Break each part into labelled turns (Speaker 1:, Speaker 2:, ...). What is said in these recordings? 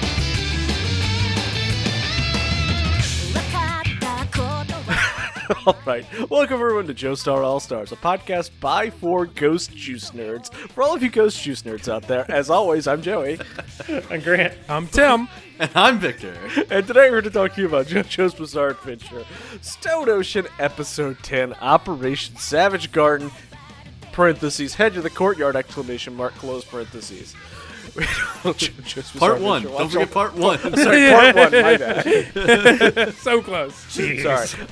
Speaker 1: All right. Welcome, everyone, to Joe Star All Stars, a podcast by four Ghost Juice nerds. For all of you Ghost Juice nerds out there, as always, I'm Joey.
Speaker 2: And Grant, I'm Tim.
Speaker 3: And I'm Victor.
Speaker 1: And today we're going to talk to you about JoJo's Bizarre Adventure, Stone Ocean Episode 10, Operation Savage Garden, parentheses, head to the courtyard, exclamation mark, close parentheses. JoJo's Bizarre
Speaker 3: Part
Speaker 1: Adventure.
Speaker 3: one. Don't
Speaker 1: Watch
Speaker 3: forget
Speaker 1: all-
Speaker 3: part one.
Speaker 1: Sorry, part one, my bad.
Speaker 2: So close.
Speaker 1: Sorry.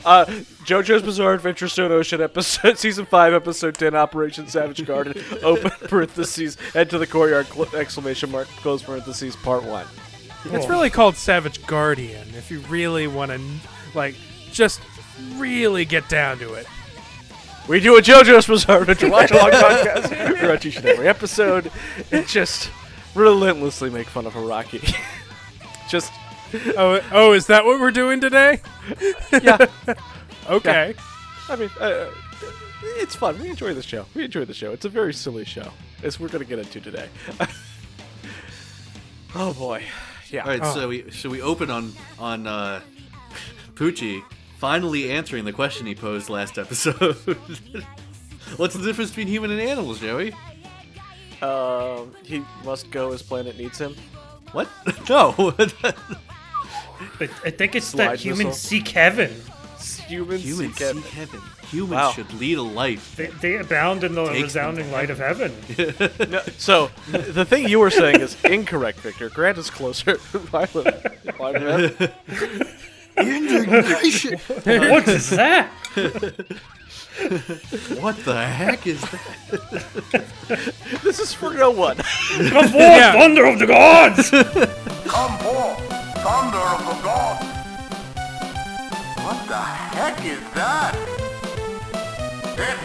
Speaker 1: Uh, JoJo's Bizarre Adventure Stone Ocean episode season five episode ten Operation Savage Garden open parentheses head to the courtyard cl- exclamation mark close parentheses part one.
Speaker 2: It's really called Savage Guardian if you really want to, like, just really get down to it.
Speaker 1: We do a JoJo's Bizarre Adventure watch along podcast. We're on each and every episode and just relentlessly make fun of Haraki. just
Speaker 2: Oh, oh, is that what we're doing today?
Speaker 1: yeah.
Speaker 2: Okay.
Speaker 1: I mean, uh, it's fun. We enjoy the show. We enjoy the show. It's a very silly show, as we're going to get into today. oh boy, yeah.
Speaker 3: All right, so we should we open on on uh, Poochie finally answering the question he posed last episode. What's the difference between human and animals, Joey?
Speaker 1: Um, he must go. His planet needs him.
Speaker 3: What? No.
Speaker 4: But I think it's
Speaker 1: Slide
Speaker 4: that humans
Speaker 1: missile.
Speaker 4: seek heaven.
Speaker 1: Humans,
Speaker 3: Humans
Speaker 1: seek heaven.
Speaker 3: seek heaven. Humans
Speaker 1: Wow.
Speaker 3: should lead a life.
Speaker 4: They, they abound in the
Speaker 3: them
Speaker 4: resounding light of heaven.
Speaker 1: No, so the thing you were saying is incorrect, Victor. Grant is closer. Violet- Violet-
Speaker 3: Indignation.
Speaker 4: what is that?
Speaker 3: what the heck is that?
Speaker 1: this is for no one.
Speaker 4: The fourth
Speaker 2: Yeah.
Speaker 4: thunder of the gods!
Speaker 5: Come forth, thunder of the gods! What the heck is that? It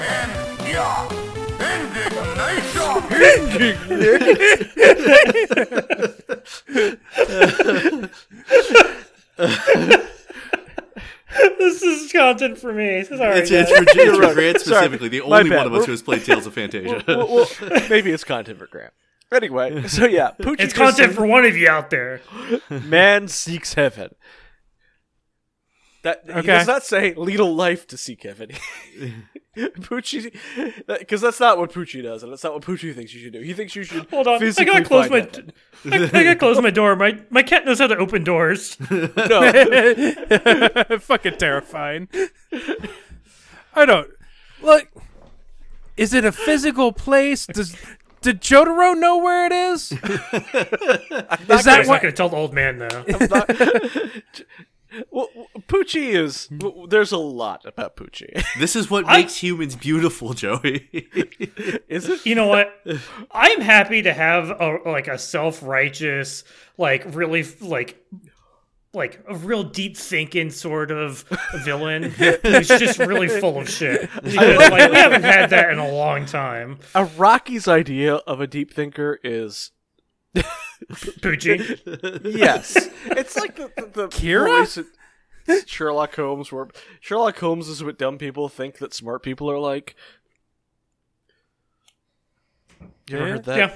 Speaker 5: ends here! Indignation!
Speaker 4: this is content for me. Sorry,
Speaker 3: It's,
Speaker 4: guys.
Speaker 3: it's for, it's
Speaker 1: right.
Speaker 3: for Grant
Speaker 1: Sorry.
Speaker 3: specifically, the
Speaker 1: My
Speaker 3: only
Speaker 1: bad.
Speaker 3: one of us
Speaker 1: We're-
Speaker 3: who has played Tales of Fantasia.
Speaker 1: well, well, maybe it's content for Grant. Anyway, so yeah, Poochie
Speaker 4: It's
Speaker 1: just
Speaker 4: content
Speaker 1: said,
Speaker 4: for one of you out there.
Speaker 1: man seeks heaven. That he
Speaker 2: Okay.
Speaker 1: does not say lead a life to seek heaven. Poochie, because that's not what Poochie does, and that's not what Poochie thinks you should do. He thinks you should
Speaker 4: Hold on, I
Speaker 1: Physically
Speaker 4: gotta close
Speaker 1: find
Speaker 4: my.
Speaker 1: heaven.
Speaker 4: I, I gotta close my door. My my cat knows how to open doors.
Speaker 1: No,
Speaker 2: Fucking terrifying. I don't. Look, is it a physical place? Does. Did Jotaro know where it is? is that
Speaker 4: I'm not
Speaker 2: what?
Speaker 4: gonna tell the old man though.
Speaker 1: Well, well, Poochie is. well, There's a lot about Poochie.
Speaker 3: this is what
Speaker 4: I-
Speaker 3: makes humans beautiful, Joey.
Speaker 1: is it?
Speaker 4: You know what? I'm happy to have a like a self-righteous, like really like like a real deep thinking sort of villain who's just really full of shit. Because, like we haven't had that in a long time.
Speaker 1: A Rocky's idea of a deep thinker is
Speaker 4: Poochie.
Speaker 1: yes. it's like the the, the
Speaker 2: Kira?
Speaker 1: voice in- Sherlock Holmes, where Sherlock Holmes is what dumb people think that smart people are like. You ever
Speaker 2: Yeah.
Speaker 1: heard that?
Speaker 4: Yeah.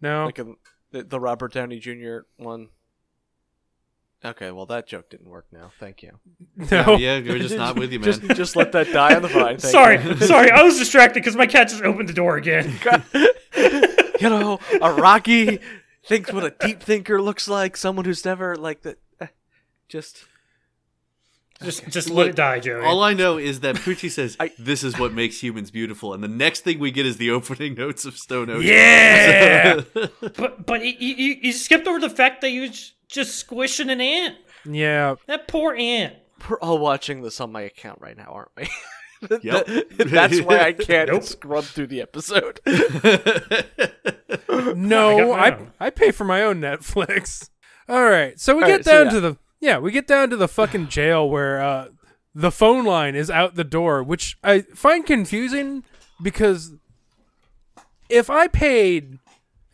Speaker 2: No.
Speaker 1: Like in the, the Robert Downey Jr. one. Okay, well that joke didn't work. Now, thank you.
Speaker 2: no.
Speaker 3: yeah, we're Oh. just not with you, man.
Speaker 1: Just just let that die on the vine. Thank
Speaker 4: Sorry,
Speaker 1: you.
Speaker 4: sorry, I was distracted because my cat just opened the door again.
Speaker 1: you know, a Rocky thinks what a deep thinker looks like, someone who's never like that. eh, Just
Speaker 4: Just just let it die, Joey.
Speaker 3: All I know is that Pucci says,
Speaker 1: I-
Speaker 3: This is what makes humans beautiful. And the next thing we get is the opening notes of Stone Ocean.
Speaker 4: yeah, but but you, you, you skipped over the fact that you was just squishing an ant.
Speaker 2: Yeah.
Speaker 4: That poor ant.
Speaker 1: we're all watching this on my account right now, aren't we?
Speaker 3: Yep.
Speaker 1: That's why I can't
Speaker 4: Nope.
Speaker 1: scrub through the episode.
Speaker 2: No,
Speaker 4: I
Speaker 2: I,
Speaker 4: got my
Speaker 2: I
Speaker 4: own.
Speaker 2: pay for my own Netflix. All right, so we
Speaker 1: All
Speaker 2: get
Speaker 1: right, so
Speaker 2: down
Speaker 1: yeah.
Speaker 2: to the yeah, we get down to the fucking jail where uh, the phone line is out the door, which I find confusing because if I paid,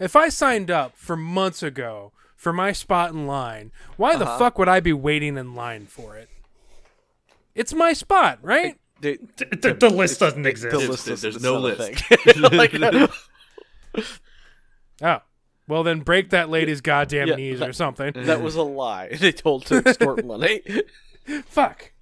Speaker 2: if I signed up for months ago for my spot in line, why the
Speaker 1: Uh-huh.
Speaker 2: fuck would I be waiting in line for it? It's my spot, right?
Speaker 1: The,
Speaker 4: The, the, the list doesn't exist.
Speaker 3: It's-
Speaker 1: list is-
Speaker 3: there's
Speaker 1: it's
Speaker 3: no
Speaker 1: not a
Speaker 3: list.
Speaker 1: thing. Like,
Speaker 2: Oh, well then break that lady's goddamn
Speaker 1: Yeah,
Speaker 2: knees
Speaker 1: that-
Speaker 2: or something.
Speaker 1: that was a lie. They told to extort money.
Speaker 2: Fuck.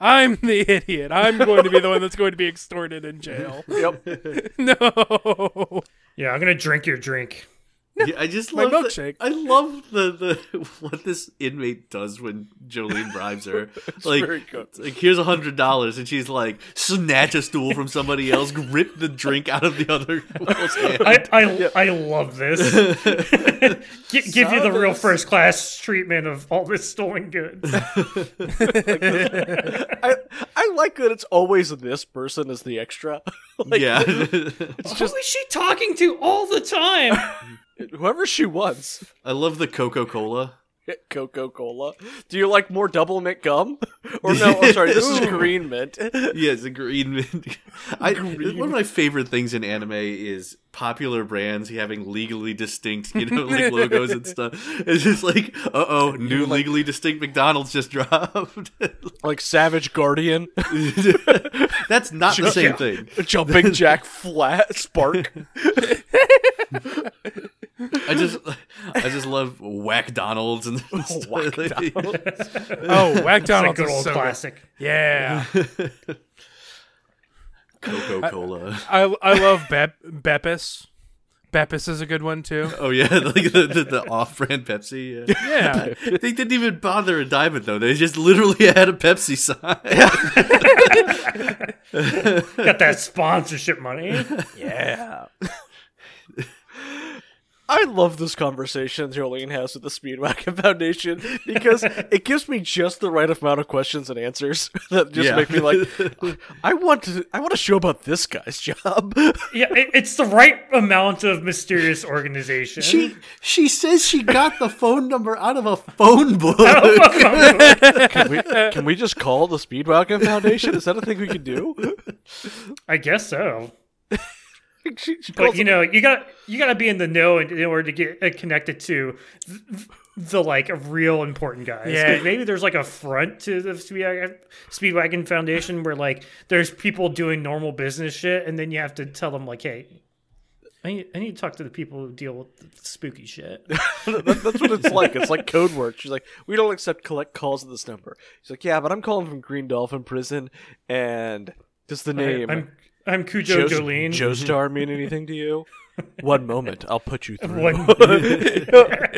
Speaker 2: I'm the idiot. I'm going to be the one that's going to be extorted in jail.
Speaker 1: Yep.
Speaker 2: No.
Speaker 4: Yeah, I'm gonna drink your drink.
Speaker 3: Yeah, I just
Speaker 2: My
Speaker 3: love
Speaker 2: milkshake.
Speaker 3: The, I love the, the what this inmate does when Jolene bribes her. like,
Speaker 1: very good.
Speaker 3: it's like here's a hundred dollars, and she's like snatch a stool from somebody else, rip the drink out of the other girl's hand.
Speaker 4: I I, I love this. Gi- give you the real first class treatment of all this stolen goods.
Speaker 1: I, I like that it's always this person as the extra. like,
Speaker 3: yeah,
Speaker 4: Who is she talking to all the time?
Speaker 1: Whoever she wants.
Speaker 3: I love the Coca Cola.
Speaker 1: Coca Cola. Do you like more double mint gum? Or no, I'm sorry, this is green mint.
Speaker 3: Yes, the green mint. I, One of my favorite things in anime is popular brands having legally distinct, you know, like logos and stuff. It's just like, uh oh, new legally distinct McDonald's just dropped.
Speaker 1: Like Savage Guardian,
Speaker 3: That's not the same
Speaker 4: Yeah.
Speaker 3: thing.
Speaker 1: Jumping Jack Flat, Spark.
Speaker 3: I just, I just love Whack Donald's and stuff.
Speaker 2: Oh, Whack
Speaker 4: It's a
Speaker 2: Donald's
Speaker 4: good
Speaker 2: is
Speaker 4: old
Speaker 2: so good.
Speaker 4: classic.
Speaker 2: Yeah.
Speaker 3: Coca Cola.
Speaker 2: I I love Bep- Beppis. Beppis is a good one too.
Speaker 3: Oh yeah, like the, the, the off-brand Pepsi. Yeah.
Speaker 2: Yeah.
Speaker 3: They didn't even bother a diamond though. They just literally had a Pepsi sign.
Speaker 4: Got that sponsorship money.
Speaker 1: Yeah. I love this conversation Jolene has with the Speedwagon Foundation because it gives me just the right amount of questions and answers that just
Speaker 3: Yeah.
Speaker 1: make me like, I want to, I want a show about this guy's job.
Speaker 4: Yeah, it, it's the right amount of mysterious organization.
Speaker 3: She she says she got the phone number out of a phone book.
Speaker 1: can, we, can we just call the Speedwagon Foundation? Is that a thing we can do?
Speaker 4: I guess so.
Speaker 1: She- she calls
Speaker 4: But you know, you got you got to be in the know in, in order to get uh, connected to th- th- the like real important guys. 'Cause
Speaker 2: Yeah.
Speaker 4: maybe there's like a front to the Speedwagon, Speedwagon Foundation where like there's people doing normal business shit, and then you have to tell them like, hey, I need, I need to talk to the people who deal with the spooky shit.
Speaker 1: That- that's what it's like. It's like code word. She's like, we don't accept collect calls at this number. She's like, yeah, but I'm calling from Green Dolphin Prison, and does the name
Speaker 4: I'm I'm Cujo
Speaker 1: Joe
Speaker 4: Jolene. Mm-hmm.
Speaker 1: Joe Star mean anything to you? One moment, I'll put you through.
Speaker 4: One-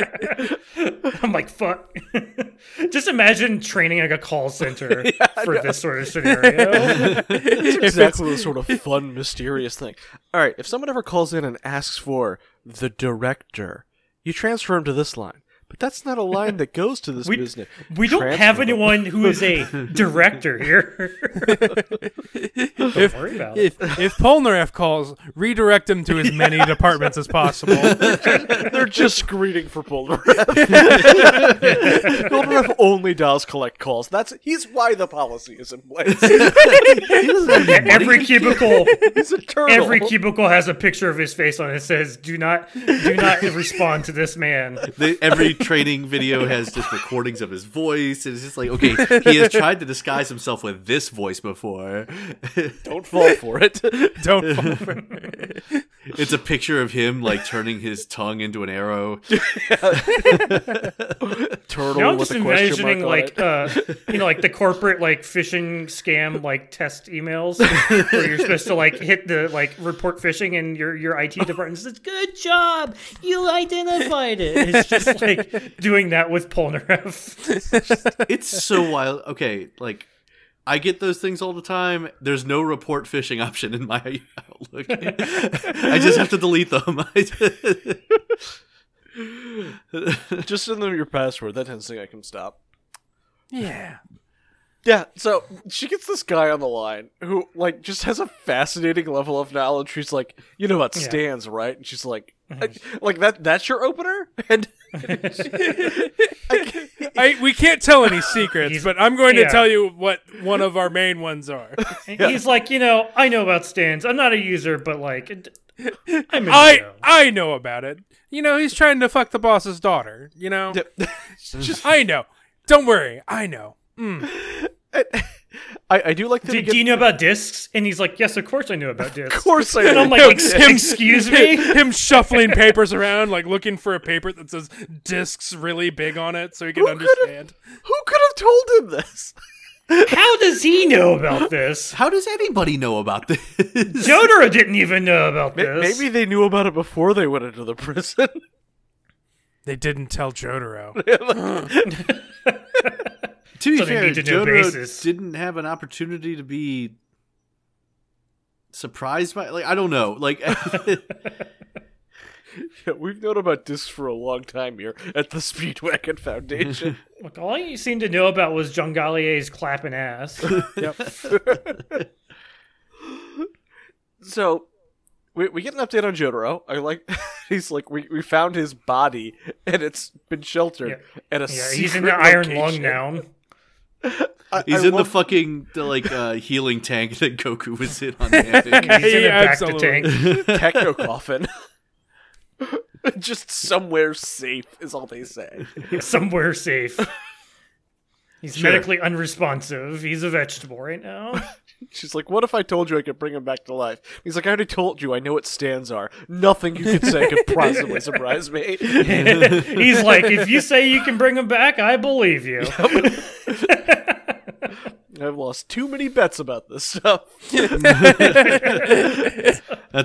Speaker 4: I'm like, fuck. Just imagine training like a call center for this sort of scenario.
Speaker 1: That's exactly the sort of fun, mysterious thing. All right, if someone ever calls in and asks for the director, you transfer him to this line. But that's not a line that goes to this
Speaker 4: We-
Speaker 1: business.
Speaker 4: We don't
Speaker 1: Transfer
Speaker 4: have
Speaker 1: them.
Speaker 4: anyone who is a director here. don't worry about it.
Speaker 2: If if Polnareff calls, redirect him to as many departments as possible.
Speaker 1: They're just screening for Polnareff. Polnareff only does collect calls. That's he's why the policy is in place.
Speaker 4: Every cubicle,
Speaker 1: He's a turtle.
Speaker 4: every cubicle has a picture of his face on it. that says, "Do not, do not respond to this man."
Speaker 3: They- every training video has just recordings of his voice. And it's just like, okay, he has tried to disguise himself with this voice before.
Speaker 1: Don't fall for it.
Speaker 2: Don't fall for it.
Speaker 3: It's a picture of him like turning his tongue into an arrow.
Speaker 1: Turtle
Speaker 4: Now I'm
Speaker 1: with
Speaker 4: just
Speaker 1: a question
Speaker 4: imagining
Speaker 1: mark on it.
Speaker 4: like uh, you know like the corporate like phishing scam like test emails where you're supposed to like hit the like report phishing and your your IT department says good job you identified it. It's just like doing that with Polnareff.
Speaker 3: It's so wild. Okay, like I get those things all the time. There's no report phishing option in my Outlook. I just have to delete them.
Speaker 4: uh,
Speaker 1: Just send them your password. That tends to I can stop.
Speaker 2: Yeah.
Speaker 1: Yeah, so she gets this guy on the line who like just has a fascinating level of knowledge. She's like, you know about stands, right? And she's like, I-
Speaker 4: Mm-hmm.
Speaker 1: like that that's your opener? And
Speaker 2: I, we can't tell any secrets, but I'm going
Speaker 4: yeah.
Speaker 2: to tell you what one of our main ones are.
Speaker 4: He's like you know I know about stands. I'm not a user but like d- I'm in the
Speaker 2: I
Speaker 4: know."
Speaker 2: I know about it. You know, he's trying to fuck the boss's daughter. You know, I know. Don't worry, I know.
Speaker 1: I, I do like that.
Speaker 4: Do,
Speaker 1: we get-
Speaker 4: do you know about discs? And he's like yes of course I know about discs.
Speaker 1: of course I
Speaker 4: And I'm
Speaker 1: know.
Speaker 4: like "Ex-
Speaker 2: him-
Speaker 4: excuse me.
Speaker 2: Him shuffling papers around, like looking for a paper that says discs really big on it, so he can
Speaker 1: Who could've-
Speaker 2: understand.
Speaker 1: Who could have told him this?
Speaker 4: How does he know about this?
Speaker 3: How does anybody know about this?
Speaker 4: Jotaro didn't even know about this.
Speaker 1: Maybe they knew about it before they went into the prison.
Speaker 2: They didn't tell Jotaro.
Speaker 3: to be
Speaker 4: So they
Speaker 3: fair,
Speaker 4: need to do a
Speaker 3: Jotaro
Speaker 4: basis.
Speaker 3: didn't have an opportunity to be surprised by. Like I don't know. Like
Speaker 1: Yeah, We've known about discs for a long time here at the Speedwagon Foundation.
Speaker 4: Look, all you seem to know about was Jungalier's clapping ass.
Speaker 1: so we, we get an update on Jotaro. I like he's like we, we found his body and it's been sheltered
Speaker 4: Yeah.
Speaker 1: at a
Speaker 4: Yeah,
Speaker 1: secret
Speaker 4: he's in the iron
Speaker 1: location.
Speaker 4: lung now.
Speaker 1: I-
Speaker 3: he's
Speaker 1: I
Speaker 3: in
Speaker 1: love-
Speaker 3: the fucking the, like uh, healing tank that Goku was in on Namek.
Speaker 4: He's in
Speaker 2: Yeah,
Speaker 4: a back to
Speaker 2: absolutely.
Speaker 4: tank.
Speaker 1: techno coffin. Just somewhere safe is all they say.
Speaker 4: somewhere safe. He's medically unresponsive. He's a vegetable right now.
Speaker 1: She's like, "What if I told you I could bring him back to life?" He's like, "I already told you. I know what stands are. Nothing you could say could possibly surprise me."
Speaker 4: He's like, if you say you can bring him back, I believe you.
Speaker 1: I've lost too many bets about this stuff.
Speaker 3: That's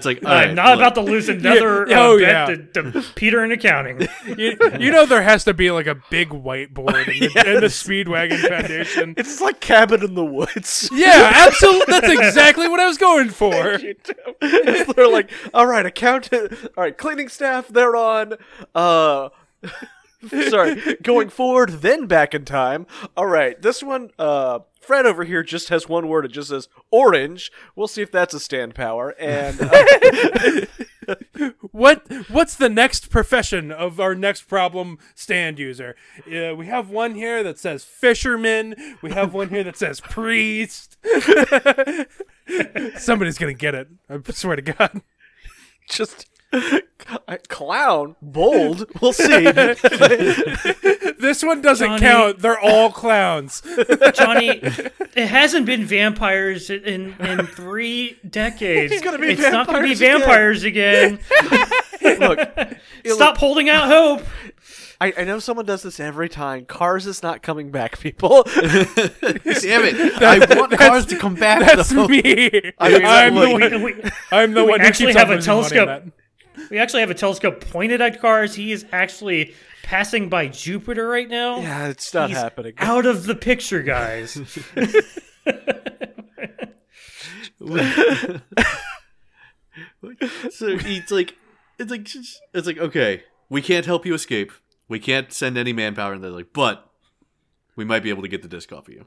Speaker 3: like all
Speaker 4: I'm
Speaker 3: right,
Speaker 4: Uh, not
Speaker 3: look.
Speaker 4: about to lose another
Speaker 2: Yeah.
Speaker 4: uh,
Speaker 2: Oh,
Speaker 4: bet
Speaker 2: yeah.
Speaker 4: to, to Peter in accounting.
Speaker 2: You, you know there has to be like a big whiteboard in the, in the Speedwagon Foundation.
Speaker 1: It's like cabin in the woods.
Speaker 2: Yeah, absolutely. That's exactly what I was going for.
Speaker 1: They're like, all right, accountant, all right, cleaning staff, they're on. Uh, sorry, going forward, then back in time. All right, this one, uh, Fred over here just has one word. It just says orange. We'll see if that's a stand power. And uh,
Speaker 2: What What's the next profession of our next problem stand user? Yeah, we have one here that says fisherman. We have one here that says priest. Somebody's gonna get it. I swear to God.
Speaker 1: just uh, clown, bold. We'll see.
Speaker 2: This one doesn't
Speaker 4: Johnny.
Speaker 2: count. They're all clowns.
Speaker 4: Johnny, it hasn't been vampires in, in three decades. It's,
Speaker 1: gonna be
Speaker 4: not going to be
Speaker 1: vampires
Speaker 4: vampires again.
Speaker 1: Look,
Speaker 4: Stop holding out hope.
Speaker 1: I, I know someone does this every time. Cars is not coming back, people.
Speaker 3: Damn it! I want cars to come back.
Speaker 2: That's
Speaker 3: though.
Speaker 2: me. I
Speaker 1: mean,
Speaker 2: am
Speaker 1: like-
Speaker 2: the
Speaker 4: We,
Speaker 2: one.
Speaker 4: we,
Speaker 2: I'm the
Speaker 4: we
Speaker 2: one who
Speaker 4: actually
Speaker 2: keeps on
Speaker 4: have a
Speaker 2: losing money on
Speaker 4: telescope.
Speaker 2: that.
Speaker 4: we actually have a telescope pointed at cars. He is actually passing by Jupiter right now.
Speaker 1: yeah, it's not
Speaker 4: He's
Speaker 1: happening.
Speaker 4: Out of the picture, guys.
Speaker 3: so he's like, it's like, it's like, okay, we can't help you escape. We can't send any manpower, and they're like, but we might be able to get the disc off of you.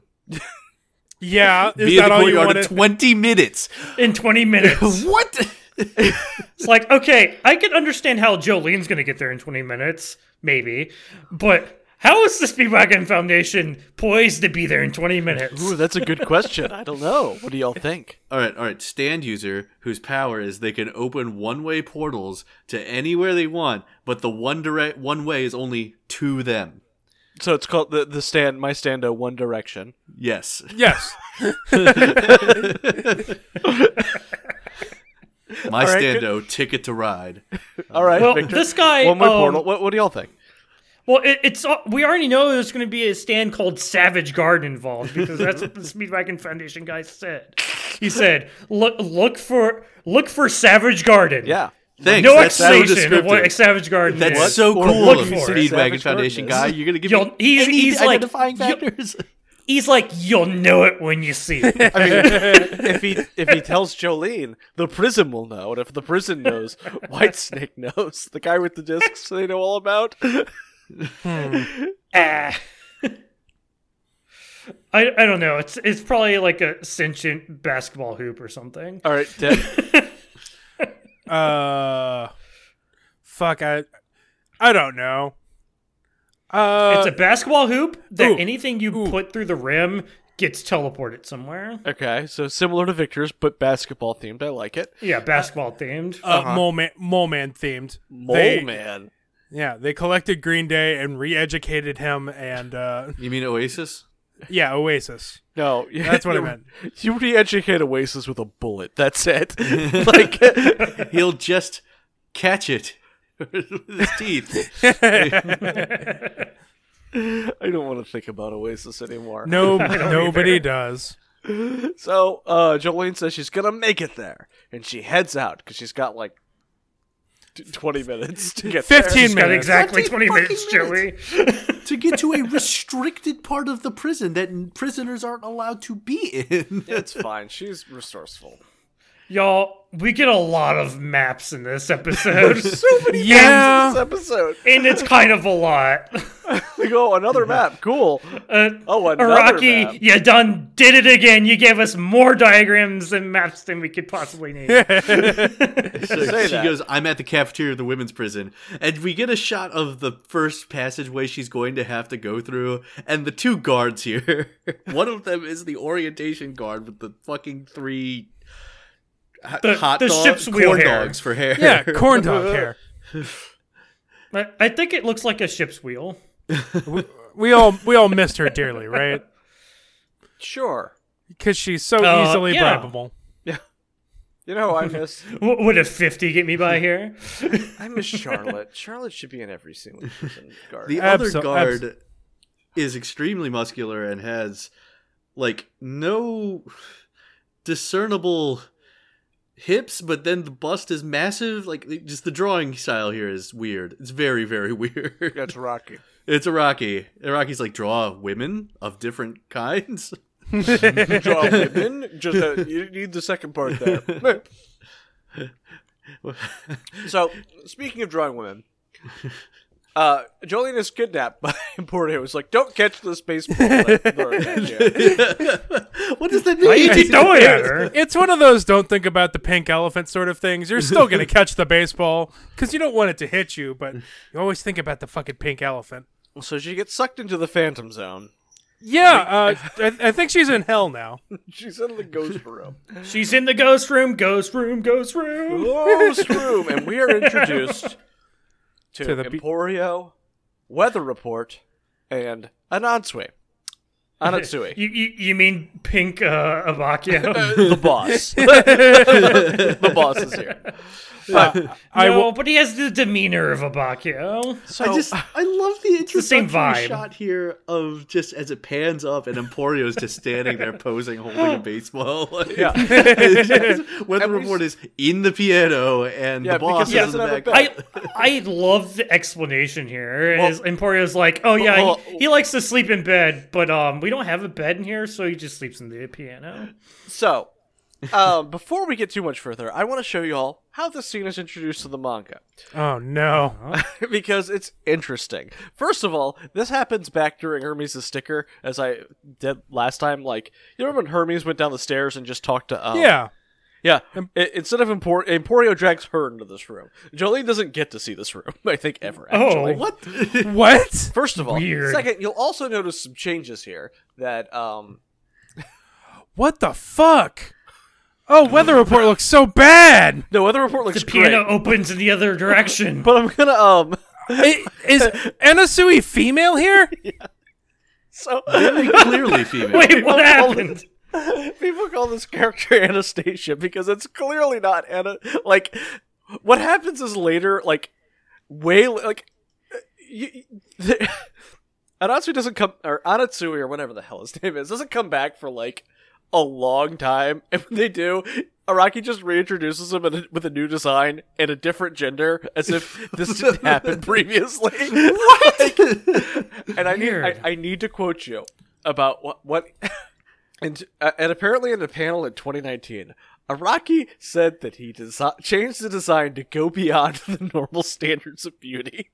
Speaker 2: Yeah, is
Speaker 3: Be at
Speaker 2: that
Speaker 3: the
Speaker 2: all you
Speaker 3: courtyard in
Speaker 2: wanted?
Speaker 3: twenty minutes.
Speaker 4: in 20 minutes.
Speaker 3: What?
Speaker 4: It's like, okay, I can understand how Jolene's going to get there in 20 minutes, maybe, but how is the Speedwagon Foundation poised to be there in 20 minutes?
Speaker 1: Ooh, that's a good question. I don't know. What do y'all think?
Speaker 3: all right, all right. Stand user whose power is they can open one-way portals to anywhere they want, but the one direct one way is only to them.
Speaker 1: So it's called the the stand my stando One Direction.
Speaker 3: Yes.
Speaker 2: Yes.
Speaker 3: My
Speaker 1: right, good-
Speaker 3: stando ticket to ride.
Speaker 1: All right,
Speaker 4: Well,
Speaker 1: Victor.
Speaker 4: this guy,
Speaker 1: one way
Speaker 4: um,
Speaker 1: portal. What, what do y'all think?
Speaker 4: Well, it, it's uh, we already know there's going to be a stand called Savage Garden involved because that's what the Speedwagon Foundation guy said. He said, "Look, look for, look for Savage Garden."
Speaker 1: Yeah,
Speaker 3: Thanks.
Speaker 4: No
Speaker 3: that's so
Speaker 4: explanation of what
Speaker 3: descriptive.
Speaker 4: Savage Garden
Speaker 3: That's
Speaker 4: is.
Speaker 3: so
Speaker 1: Or
Speaker 3: cool
Speaker 4: look
Speaker 3: of you,
Speaker 4: for it.
Speaker 3: Speedwagon
Speaker 1: Savage
Speaker 3: Foundation
Speaker 1: Gordon
Speaker 3: guy.
Speaker 1: is.
Speaker 3: You're gonna give
Speaker 4: Yo,
Speaker 3: me
Speaker 4: he's-
Speaker 3: any
Speaker 4: he's like-
Speaker 3: identifying
Speaker 4: yo-
Speaker 3: factors.
Speaker 4: He's like, "You'll know it when you see it."
Speaker 1: I mean, if he if he tells Jolene, the prison will know, and if the prison knows, White Snake knows. The guy with the discs they know all about.
Speaker 4: Ah. I, I don't know. It's it's probably like a sentient basketball hoop or something.
Speaker 1: All right, Ted.
Speaker 2: Uh, fuck. I, I don't know. Uh,
Speaker 4: it's a basketball hoop that
Speaker 2: ooh,
Speaker 4: anything you put through the rim gets teleported somewhere.
Speaker 1: Okay, so similar to Victor's, but basketball themed. I like it.
Speaker 4: Yeah, basketball themed.
Speaker 2: uh, mole man, mole man themed.
Speaker 1: Mole
Speaker 2: They-
Speaker 1: man.
Speaker 2: Yeah, they collected Green Day and re-educated him, and uh,
Speaker 3: You mean Oasis?
Speaker 2: yeah, Oasis.
Speaker 1: No,
Speaker 2: That's what I
Speaker 1: you-
Speaker 2: meant.
Speaker 1: You re-educate Oasis with a bullet. That's it. like.
Speaker 3: He'll just catch it with his teeth.
Speaker 1: I don't want to to think about Oasis anymore.
Speaker 2: No, nobody does.
Speaker 1: So uh, Jolene says she's gonna make it there, and she heads out because she's got like t- twenty minutes to get there.
Speaker 2: 15
Speaker 4: Got
Speaker 2: minutes.
Speaker 4: exactly
Speaker 3: 15
Speaker 4: twenty minutes,
Speaker 3: fucking
Speaker 4: Joey.
Speaker 3: to get to a restricted part of the prison that prisoners aren't allowed to be in.
Speaker 1: It's fine. She's resourceful.
Speaker 4: Y'all, we get a lot of maps in this episode,
Speaker 1: This
Speaker 2: Yeah.
Speaker 1: episode,
Speaker 4: and it's kind of a lot.
Speaker 1: we go "Oh, another map. Cool.
Speaker 4: Uh,
Speaker 1: Oh, another
Speaker 4: Iraqi,
Speaker 1: map.
Speaker 4: you done did it again. You gave us more diagrams and maps than we could possibly need.
Speaker 3: So
Speaker 1: Say
Speaker 3: she
Speaker 1: that.
Speaker 3: goes, I'm at the cafeteria of the women's prison. And we get a shot of the first passageway she's going to have to go through, and the two guards here. One of them is the orientation guard with the fucking three h-
Speaker 4: The-
Speaker 3: hot
Speaker 4: the
Speaker 3: dog-
Speaker 4: ship's wheel
Speaker 3: corn
Speaker 4: hair.
Speaker 3: dogs for hair.
Speaker 2: Yeah, corn dog hair.
Speaker 4: I I think it looks like a ship's wheel.
Speaker 2: We all we all missed her dearly, right?
Speaker 1: Sure.
Speaker 2: Because she's so
Speaker 4: Uh,
Speaker 2: easily
Speaker 4: yeah.
Speaker 2: bribable.
Speaker 1: You know, who I miss
Speaker 4: W- would a fifty get me by here?
Speaker 1: I miss Charlotte. Charlotte should be in every single prison guard.
Speaker 3: The
Speaker 2: Abso-
Speaker 3: other guard is extremely muscular and has like no discernible hips, but then the bust is massive. Like just the drawing style here is weird. It's very very weird.
Speaker 1: That's Rocky.
Speaker 3: It's Iraqi. Iraqi's like draw women of different kinds.
Speaker 1: Draw women. Just uh you need the second part there. so, speaking of drawing women, uh, Jolene is kidnapped by Porto. It's like, don't catch this baseball. that they're attached to."
Speaker 3: what does that
Speaker 4: Why you keep
Speaker 3: mean?
Speaker 4: throwing at her?
Speaker 2: It's one of those don't think about the pink elephant sort of things. You're still going to catch the baseball because you don't want it to hit you, but you always think about the fucking pink elephant.
Speaker 1: so she gets sucked into the Phantom Zone.
Speaker 2: Yeah, uh, I, I think she's in hell now.
Speaker 1: She's in the ghost room.
Speaker 4: She's in the ghost room, ghost room, ghost room.
Speaker 1: Ghost room, and we are introduced to,
Speaker 2: To the be-
Speaker 1: Emporio, Weather Report, and Anansue. Anansue.
Speaker 4: You, you, you mean pink uh, Abacchio?
Speaker 1: the boss. the boss is here.
Speaker 2: I
Speaker 4: no,
Speaker 2: will.
Speaker 4: but he has the demeanor of Abacchio.
Speaker 1: So
Speaker 3: I just I love the
Speaker 4: the same
Speaker 3: introductory
Speaker 4: vibe.
Speaker 3: shot here of just as it pans up and Emporio's just standing there posing, holding a baseball. Like,
Speaker 1: yeah,
Speaker 3: it's just- Weather
Speaker 1: And we
Speaker 3: report is in the piano and
Speaker 1: Yeah,
Speaker 3: the
Speaker 1: because
Speaker 3: boss is
Speaker 1: he
Speaker 3: in
Speaker 1: doesn't
Speaker 3: the
Speaker 1: have a
Speaker 3: back.
Speaker 1: belt.
Speaker 4: I I love the explanation here.
Speaker 1: Well-
Speaker 4: Is Emporio's like, oh yeah,
Speaker 1: Well-
Speaker 4: he, he likes to sleep in bed, but um, we don't have a bed in here, so he just sleeps in the piano.
Speaker 1: so um, before we get too much further, I want to show you all how this scene is introduced to the manga
Speaker 2: Oh no!
Speaker 1: because it's interesting. First of all, this happens back during Hermes' sticker, as I did last time. Like you remember when Hermes went down the stairs and just talked to um,
Speaker 2: Yeah,
Speaker 1: yeah. I- instead of Empor- Emporio drags her into this room. Jolene doesn't get to see this room, I think, ever. Actually.
Speaker 3: What?
Speaker 2: what?
Speaker 1: First of all,
Speaker 4: Oh, Weird.
Speaker 1: second, you'll also notice some changes here that um,
Speaker 2: What the fuck? Oh, weather report looks so bad.
Speaker 1: No, weather report looks
Speaker 4: The piano
Speaker 1: great.
Speaker 4: opens in the other direction.
Speaker 1: But I'm gonna um.
Speaker 2: I- Is Anasui female here?
Speaker 1: So
Speaker 3: Very clearly female.
Speaker 4: Wait, what happened?
Speaker 1: people call this character Anastasia because it's clearly not Anna. Like, what happens is later, like, way like, you, the, Anatsu doesn't come or Anatsui or whatever the hell his name is doesn't come back for like a long time, and when they do. Araki just reintroduces him in a- with a new design and a different gender, as if this didn't happen previously. What? and I need I,
Speaker 4: Weird.
Speaker 1: I need to quote you about what what and uh, and apparently in a panel in 2019, Araki said that he desi- changed the design to go beyond the normal standards of beauty.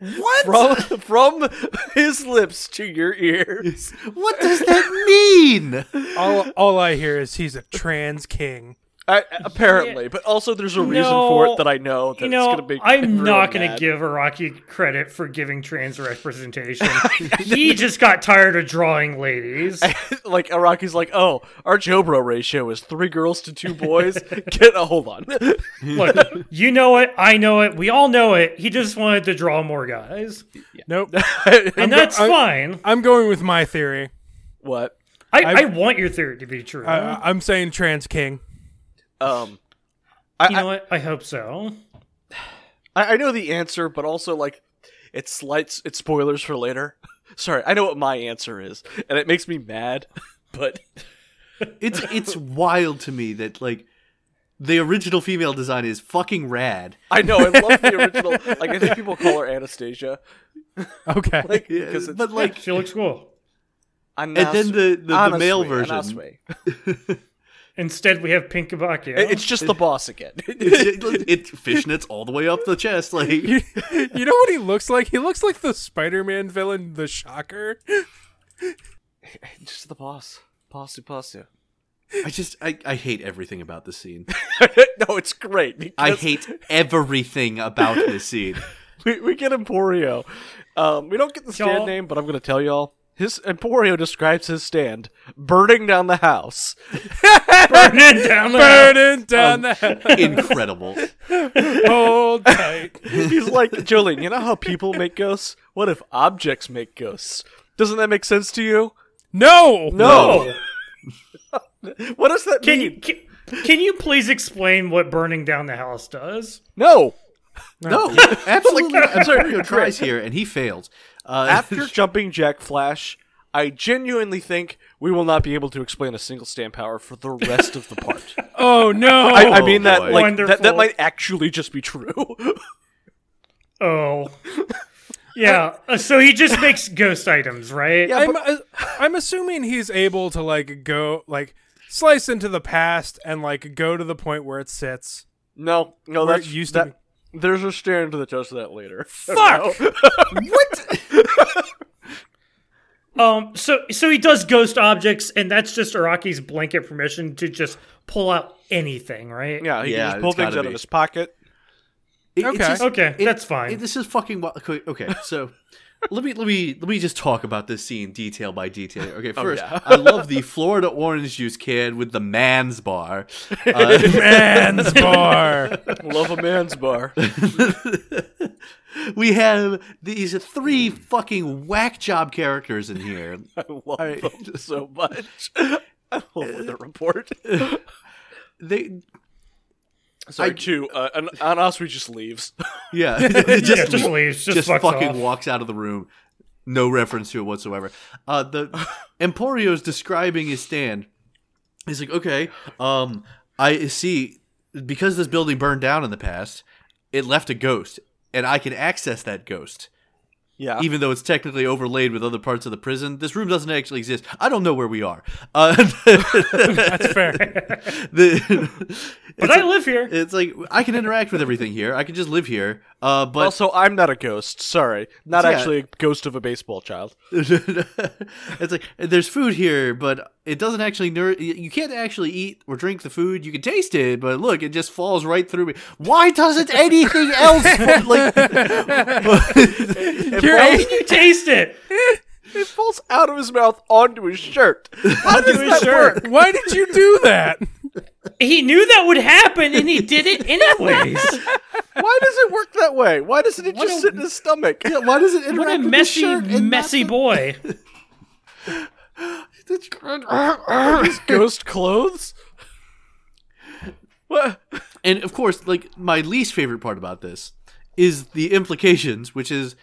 Speaker 1: What from from his lips to your ears?
Speaker 3: what does that mean?
Speaker 2: All, all I hear is he's a trans king.
Speaker 1: I, apparently, but also there's a reason for it that I know that
Speaker 4: You know,
Speaker 1: it's gonna be.
Speaker 4: I'm not going to
Speaker 1: mad.
Speaker 4: give Araki credit for giving trans representation. he just got tired of drawing ladies.
Speaker 1: like Araki's like, oh, our Jobro ratio is three girls to two boys. Get a hold on.
Speaker 4: Look, you know it, I know it, we all know it. He just wanted to draw more guys.
Speaker 2: Nope.
Speaker 4: And that's
Speaker 2: I-
Speaker 4: fine.
Speaker 2: I'm going with my theory.
Speaker 1: what?
Speaker 4: I, I, want your theory to be true.
Speaker 2: I, I'm saying trans king.
Speaker 1: Um,
Speaker 4: you know what? I hope so.
Speaker 1: I, I know the answer, but also like, it's slight. It's spoilers for later. Sorry, I know what my answer is, and it makes me mad. But
Speaker 3: It's it's wild to me that like the original female design is fucking rad.
Speaker 1: I know I love the original. Like I think people call her Anastasia
Speaker 2: Okay.
Speaker 1: because it's
Speaker 3: but like
Speaker 4: She looks cool.
Speaker 1: Anas-
Speaker 3: then the- the- the male
Speaker 1: Anaswe,
Speaker 3: version.
Speaker 1: Anaswe.
Speaker 4: Instead, we have Pink Kabakia.
Speaker 1: It- It's just the boss again.
Speaker 3: it, it fishnets all the way up the chest. Like
Speaker 2: you you know what he looks like? He looks like the Spider-Man villain, the Shocker.
Speaker 1: just the boss. Posse posse.
Speaker 3: I just I, I hate everything about this scene.
Speaker 1: no, it's great. Because
Speaker 3: I hate everything about this scene.
Speaker 1: we, we get Emporio. Um, we don't get the stand
Speaker 4: Y'all-
Speaker 1: name, but I'm gonna tell y'all. His Emporio describes his stand burning down the house.
Speaker 4: burning down the house.
Speaker 2: Burning
Speaker 1: Um.
Speaker 2: down the house.
Speaker 3: Incredible.
Speaker 2: Hold tight.
Speaker 1: He's like, Jolene, you know how people make ghosts? What if objects make ghosts? Doesn't that make sense to you?
Speaker 2: No.
Speaker 1: No. Oh What does that
Speaker 4: Can
Speaker 1: mean?
Speaker 4: you can, can you please explain what burning down the house does?
Speaker 1: No.
Speaker 3: No,
Speaker 1: Oh
Speaker 3: absolutely. not. Antonio tries here and he fails. Uh,
Speaker 1: After jumping Jack Flash, I genuinely think we will not be able to explain a single stand power for the rest of the part.
Speaker 2: Oh no.
Speaker 1: I, I mean
Speaker 3: Oh,
Speaker 1: that
Speaker 3: boy.
Speaker 1: like that, that
Speaker 4: Wonderful.
Speaker 1: might actually just be true.
Speaker 4: Oh, yeah. uh, so he just makes ghost items, right?
Speaker 1: Yeah.
Speaker 2: I'm uh, I'm assuming he's able to like go like slice into the past and like go to the point where it sits.
Speaker 1: no, no,
Speaker 2: Where it
Speaker 1: that's
Speaker 2: used to
Speaker 1: that. There's a stand to the touch of that later.
Speaker 2: Fuck.
Speaker 4: Um. So so he does ghost objects, and that's just Araki's blanket permission to just pull out anything, right?
Speaker 1: Yeah, he
Speaker 3: Yeah,
Speaker 1: can just pull
Speaker 3: it's
Speaker 1: things
Speaker 3: gotta
Speaker 1: out of
Speaker 3: be.
Speaker 1: his pocket.
Speaker 3: It- it's
Speaker 2: Okay.
Speaker 3: just-
Speaker 4: Okay,
Speaker 3: it-
Speaker 4: that's fine.
Speaker 3: it- this is fucking wi- okay. okay, So let me let me let me just talk about this scene detail by detail. Okay, first,
Speaker 1: Oh, yeah.
Speaker 3: I love the Florida orange juice can with the man's bar. Uh,
Speaker 2: Man's bar.
Speaker 1: Love a man's bar.
Speaker 3: we have these three fucking whack job characters in here.
Speaker 1: I love them so much. I love the report.
Speaker 3: They
Speaker 1: Sorry, Chew. Uh, an, Anas, we just leaves.
Speaker 3: yeah, they
Speaker 4: Yeah, just, leaves. Just,
Speaker 3: just
Speaker 4: fucks
Speaker 3: fucking
Speaker 4: off.
Speaker 3: walks out of the room. No reference to it whatsoever. Uh, the Emporio's describing his stand. He's like, okay, um, I see. Because this building burned down in the past, it left a ghost, and I can access that ghost,
Speaker 1: Yeah.
Speaker 3: even though it's technically overlaid with other parts of the prison. This room doesn't actually exist. I don't know where we are. Uh,
Speaker 2: That's fair.
Speaker 3: the,
Speaker 4: But I live here.
Speaker 3: it's like I can interact with everything here. I can just live here. Uh, but
Speaker 1: also, I'm not a ghost. Sorry, not
Speaker 3: Yeah.
Speaker 1: actually a ghost of a baseball child.
Speaker 3: it's like there's food here, but it doesn't actually. Nour- you can't actually eat or drink the food. You can taste it, but look, it just falls right through me. Why doesn't anything else like?
Speaker 2: You're
Speaker 4: How
Speaker 2: eight-
Speaker 4: can you taste it?
Speaker 1: It falls out of his mouth onto his shirt. How does that work?
Speaker 2: Why did you do that?
Speaker 4: He knew that would happen, and he did it anyways.
Speaker 1: Why does it work that way? Why doesn't it just sit in his stomach?
Speaker 3: Why does it interact
Speaker 4: what a
Speaker 3: with
Speaker 4: messy,
Speaker 3: the shirt and not
Speaker 4: messy
Speaker 3: the-
Speaker 4: boy.
Speaker 1: His ghost clothes. What?
Speaker 3: And of course, like my least favorite part about this is the implications, which is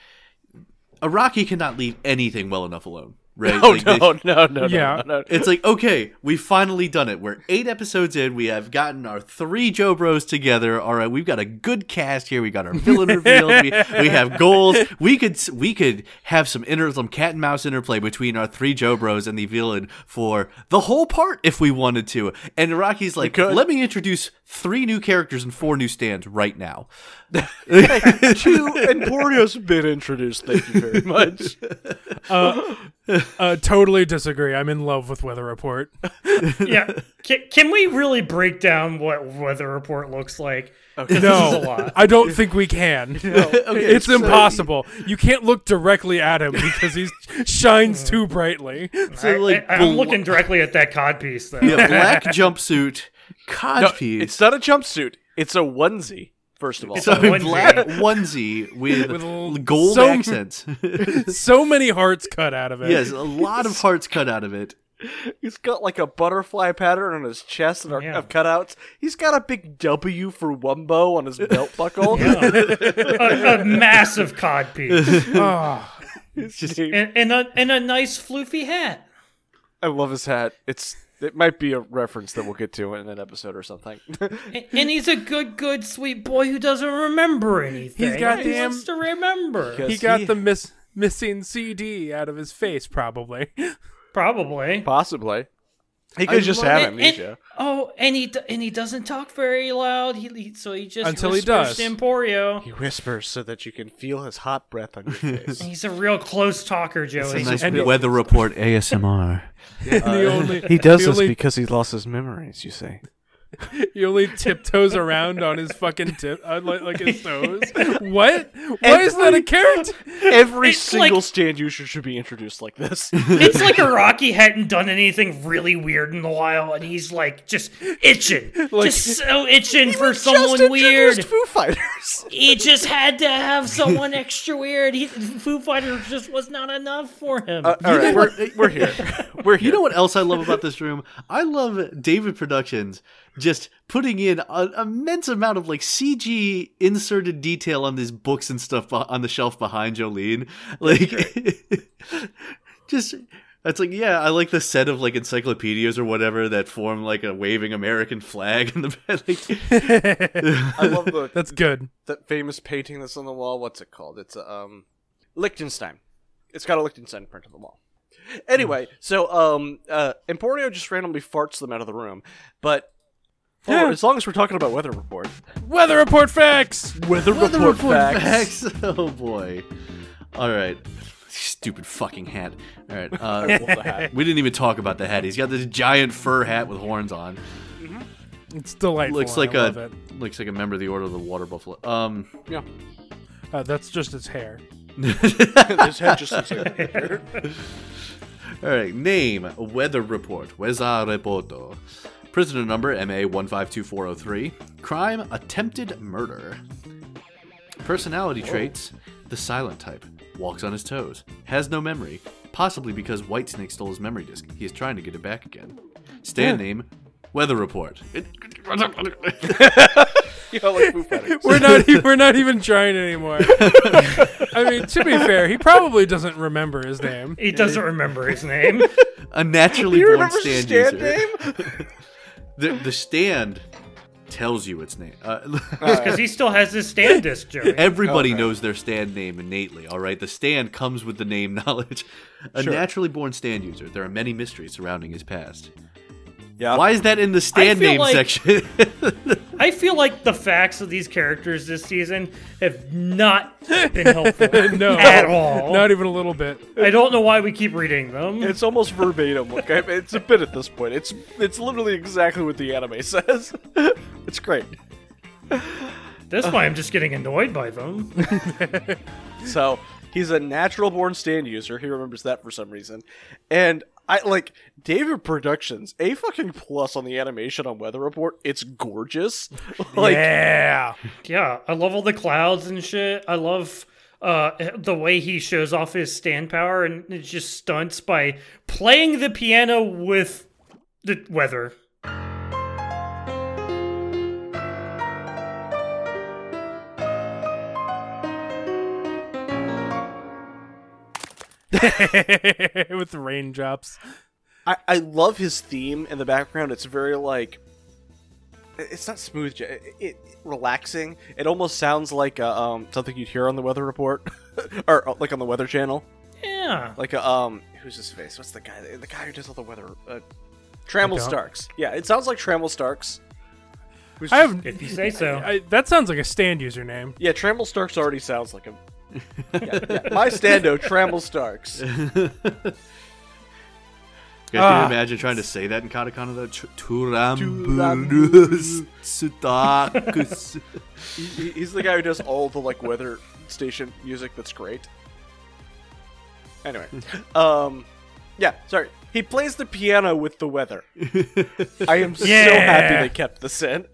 Speaker 3: Iraqi cannot leave anything well enough alone, right?
Speaker 1: Oh
Speaker 3: Like, they-
Speaker 1: no, no, no,
Speaker 2: Yeah.
Speaker 1: no, no, no.
Speaker 3: It's like, okay, we've finally done it. We're eight episodes in. We have gotten our three Joe Bros together. All right, we've got a good cast here. We got our villain revealed. We, we have goals. We could s- we could have some inter some cat and mouse interplay between our three Joe Bros and the villain for the whole part if we wanted to. And Rocky's like,
Speaker 1: could.
Speaker 3: let me introduce three new characters and four new stands right now.
Speaker 1: Two Emporio's been introduced. Thank you very much.
Speaker 2: Uh, totally disagree. I'm in love with Weather Report.
Speaker 4: Yeah. Can, can we really break down what weather report looks like? This is a
Speaker 2: No,
Speaker 4: lot.
Speaker 2: I don't think we can. it's impossible. You can't look directly at him because he shines too brightly.
Speaker 3: So like,
Speaker 4: I, am
Speaker 3: bl-
Speaker 4: looking directly at that codpiece though.
Speaker 3: yeah, black jumpsuit, codpiece.
Speaker 1: It's not a jumpsuit. It's a onesie. First of all,
Speaker 4: It's
Speaker 3: So
Speaker 4: a
Speaker 3: a
Speaker 4: onesie.
Speaker 3: black onesie with,
Speaker 2: With l-
Speaker 3: gold
Speaker 2: so-
Speaker 3: accents.
Speaker 2: So many hearts cut out of it.
Speaker 3: yes, a lot of hearts cut out of it.
Speaker 1: he's got like a butterfly pattern on his chest and are,
Speaker 4: Yeah.
Speaker 1: of cutouts. He's got a big W for Wumbo on his belt buckle.
Speaker 4: a, a massive codpiece.
Speaker 2: Ah.
Speaker 1: His
Speaker 3: Just-
Speaker 1: name-
Speaker 4: and and a, and a nice floofy hat.
Speaker 1: I love his hat. It's it might be a reference that we'll get to in an episode or something.
Speaker 4: And, and he's a good, good, sweet boy who doesn't remember anything.
Speaker 2: He's got
Speaker 4: he
Speaker 2: damn-
Speaker 4: wants to remember.
Speaker 1: Because
Speaker 2: He got the miss, missing CD out of his face, probably.
Speaker 4: Probably.
Speaker 1: possibly. He could just have
Speaker 4: And- and-
Speaker 1: amnesia.
Speaker 4: oh, and he d- and he doesn't talk very loud. He, he so he just
Speaker 2: Until he
Speaker 4: whispers
Speaker 2: does.
Speaker 4: to Emporio.
Speaker 1: He whispers so that you can feel his hot breath on your face.
Speaker 4: He's a real close talker, Joey.
Speaker 3: nice
Speaker 2: and-
Speaker 3: weather report ASMR.
Speaker 2: he only
Speaker 1: he does
Speaker 2: he
Speaker 1: this
Speaker 2: only,
Speaker 1: because he lost his memories. You say.
Speaker 2: he only tiptoes around on his fucking tip, uh, like, like his toes. What? Why is that a character?
Speaker 1: Every
Speaker 4: It's
Speaker 1: single
Speaker 4: like-
Speaker 1: stand user should be introduced like this.
Speaker 4: It's like Iraqi hadn't done anything really weird in a while, and he's like just itching,
Speaker 2: Like-
Speaker 4: just so itching for
Speaker 1: Just
Speaker 4: someone
Speaker 1: introduced
Speaker 4: weird.
Speaker 1: Foo Fighters.
Speaker 4: He just had to have someone extra weird. He, Foo Fighters just was not enough for him.
Speaker 1: Uh, all right, we're, we're here. We're here.
Speaker 3: You know what else I love about this room? I love David Productions just putting in an immense amount of like CG inserted detail on these books and stuff beh- on the shelf behind Jolene. Like, just. It's like, yeah, I like the set of like encyclopedias or whatever that form like a waving American flag in the back. Like,
Speaker 1: I love the
Speaker 2: That's good.
Speaker 1: that famous painting that's on the wall. What's it called? It's a um, Liechtenstein. It's got a Liechtenstein print on the wall. Anyway, so um, uh, Emporio just randomly farts them out of the room, but oh,
Speaker 2: Yeah.
Speaker 1: as long as we're talking about weather report,
Speaker 2: Weather report facts.
Speaker 1: weather, report, facts.
Speaker 3: Facts. Oh boy. All right. Stupid fucking hat. All right. Uh, we didn't even talk about the hat. He's got this giant fur hat with horns on.
Speaker 2: It's delightful.
Speaker 3: Looks
Speaker 2: I
Speaker 3: like
Speaker 2: love
Speaker 3: a
Speaker 2: it.
Speaker 3: looks like a member of the Order of the Water Buffalo. Um,
Speaker 1: Yeah,
Speaker 2: Uh, that's just his hair.
Speaker 1: his head just looks like
Speaker 3: all right. Name weather report. Weza reporto. Prisoner number MA one five two four zero three. Crime attempted murder. Personality traits: the silent type, walks on his toes, has no memory, possibly because Whitesnake stole his memory disk. He is trying to get it back again. Stand name: weather report.
Speaker 1: you know, like Foo Fighters.
Speaker 2: We're not. e- We're not even trying anymore. I mean, to be fair, he probably doesn't remember his name.
Speaker 4: he doesn't remember his name.
Speaker 3: A naturally
Speaker 1: You
Speaker 3: born
Speaker 1: remember
Speaker 3: stand,
Speaker 1: his stand
Speaker 3: user.
Speaker 1: name?
Speaker 3: The, the stand tells you its name. Uh,
Speaker 1: Oh,
Speaker 4: because he still has his stand disc, Joey.
Speaker 3: everybody knows their stand name innately, all right? The stand comes with the name knowledge. A naturally born stand user. There are many mysteries surrounding his past.
Speaker 1: Yeah.
Speaker 3: Why is that in the stand
Speaker 4: feel
Speaker 3: name
Speaker 4: like-
Speaker 3: section?
Speaker 4: I feel like the facts of these characters this season have not been helpful
Speaker 2: No,
Speaker 4: at all.
Speaker 2: Not even a little bit.
Speaker 4: I don't know why we keep reading them.
Speaker 1: It's almost verbatim. Look, I- it's a bit at this point. It's it's literally exactly what the anime says. it's great.
Speaker 4: That's why I'm just getting annoyed by them.
Speaker 1: So he's a natural born stand user. He remembers that for some reason. And I like David Productions, a fucking plus on the animation on Weather Report. It's gorgeous. Like
Speaker 2: yeah.
Speaker 4: Yeah, I love all the clouds and shit. I love uh, the way he shows off his stand power and it just stunts by playing the piano with the weather.
Speaker 2: With the raindrops.
Speaker 1: I, I love his theme in the background. It's very like it's not smooth. j- It, it relaxing. It almost sounds like uh um, something you'd hear on the Weather Report, or uh, like on the Weather Channel.
Speaker 4: Yeah.
Speaker 1: Like a, um, who's his face? What's the guy? The guy who does all the weather. Uh, Trammell
Speaker 2: I don't-
Speaker 1: Starks. Yeah, it sounds like Trammell Starks. Who's
Speaker 2: I have.
Speaker 4: If you say so.
Speaker 2: I, that sounds like a stand user name.
Speaker 1: Yeah, Trammell Starks already sounds like him. yeah, yeah. My stando, Trammell Starks.
Speaker 3: Guys, can you imagine trying to say that in katakana though? Ch- Turambulus Sudakus.
Speaker 1: He- he- He's the guy who does all the like weather station music. That's great. Anyway, um, yeah, sorry. He plays the piano with the weather. I am so
Speaker 2: Yeah.
Speaker 1: happy they kept this in.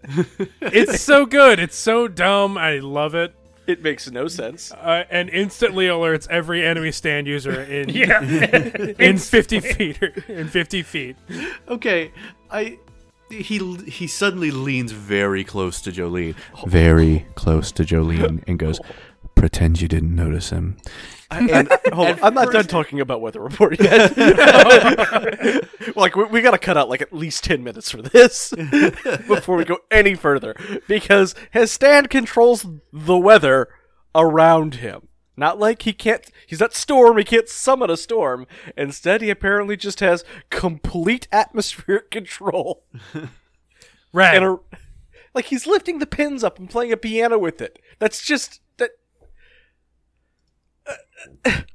Speaker 2: It's so good. It's so dumb. I love it.
Speaker 1: It makes no sense.
Speaker 2: Uh, and instantly alerts every enemy stand user in
Speaker 4: yeah.
Speaker 2: in 50 feet. or- in 50 feet.
Speaker 3: okay, I he he suddenly leans very close to Jolene, very close to Jolene, and goes,
Speaker 6: pretend you didn't notice him.
Speaker 1: And, hold on, I'm not done talking about weather report yet. like we, we got to cut out like at least ten minutes for this before we go any further, because his stand controls the weather around him. Not like he can't. He's not storm. He can't summon a storm. Instead, he apparently just has complete atmospheric control
Speaker 2: Rad.
Speaker 1: and a, like he's lifting the pins up and playing a piano with it. That's just that.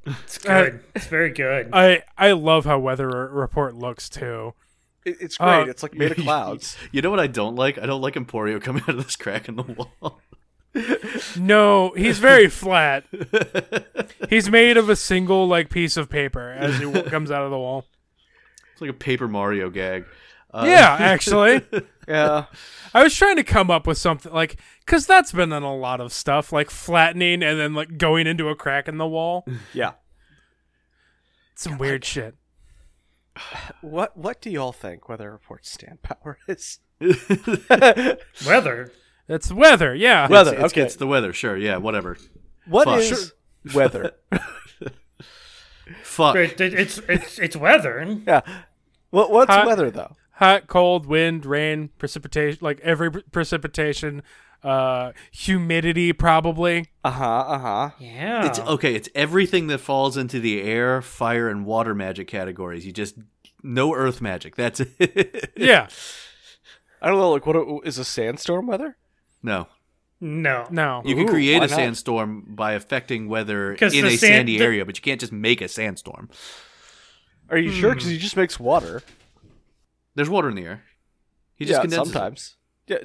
Speaker 4: It's good. Uh, It's very good.
Speaker 2: I I love how weather r- report looks too.
Speaker 1: it- It's great.
Speaker 2: Uh,
Speaker 1: it's like made of clouds.
Speaker 3: You know what I don't like? I don't like Emporio coming out of this crack in the wall.
Speaker 2: No, he's very flat. He's made of a single like piece of paper as he w- comes out of the wall.
Speaker 3: It's like a Paper Mario gag. Uh,
Speaker 2: Yeah, actually,
Speaker 1: Yeah.
Speaker 2: I was trying to come up with something like because that's been in a lot of stuff like flattening and then like going into a crack in the wall.
Speaker 1: Yeah.
Speaker 2: Some weird shit.
Speaker 1: What What do y'all think weather report stand power is?
Speaker 4: Weather.
Speaker 2: It's weather. Yeah.
Speaker 1: Weather.
Speaker 3: It's,
Speaker 1: okay.
Speaker 3: it's the weather. Sure. Yeah. Whatever.
Speaker 1: What
Speaker 3: fuck.
Speaker 1: is weather?
Speaker 3: Fuck.
Speaker 4: It, it- it's it's it's weather.
Speaker 1: Yeah. What What's
Speaker 2: Hot.
Speaker 1: weather though?
Speaker 2: Hot, cold, wind, rain, precipitation. Like every pre- precipitation, uh, humidity probably.
Speaker 1: Uh huh. Uh huh.
Speaker 4: Yeah.
Speaker 3: It's okay. It's everything that falls into the air, fire, and water magic categories. You just no earth magic. That's it.
Speaker 2: Yeah.
Speaker 1: I don't know. Like, what a- is a sandstorm weather?
Speaker 3: no.
Speaker 4: no.
Speaker 2: No.
Speaker 3: You can
Speaker 1: Ooh,
Speaker 3: create
Speaker 1: why
Speaker 3: a
Speaker 1: not?
Speaker 3: sandstorm by affecting weather
Speaker 4: 'Cause
Speaker 3: in
Speaker 4: the
Speaker 3: a
Speaker 4: sand-
Speaker 3: sandy
Speaker 4: the-
Speaker 3: area, but you can't just make a sandstorm.
Speaker 1: Are you
Speaker 3: Hmm.
Speaker 1: sure? 'Cause sure? Because he just makes water.
Speaker 3: There's water in the air. He just
Speaker 1: Yeah,
Speaker 3: condenses. it.
Speaker 1: sometimes. Yeah,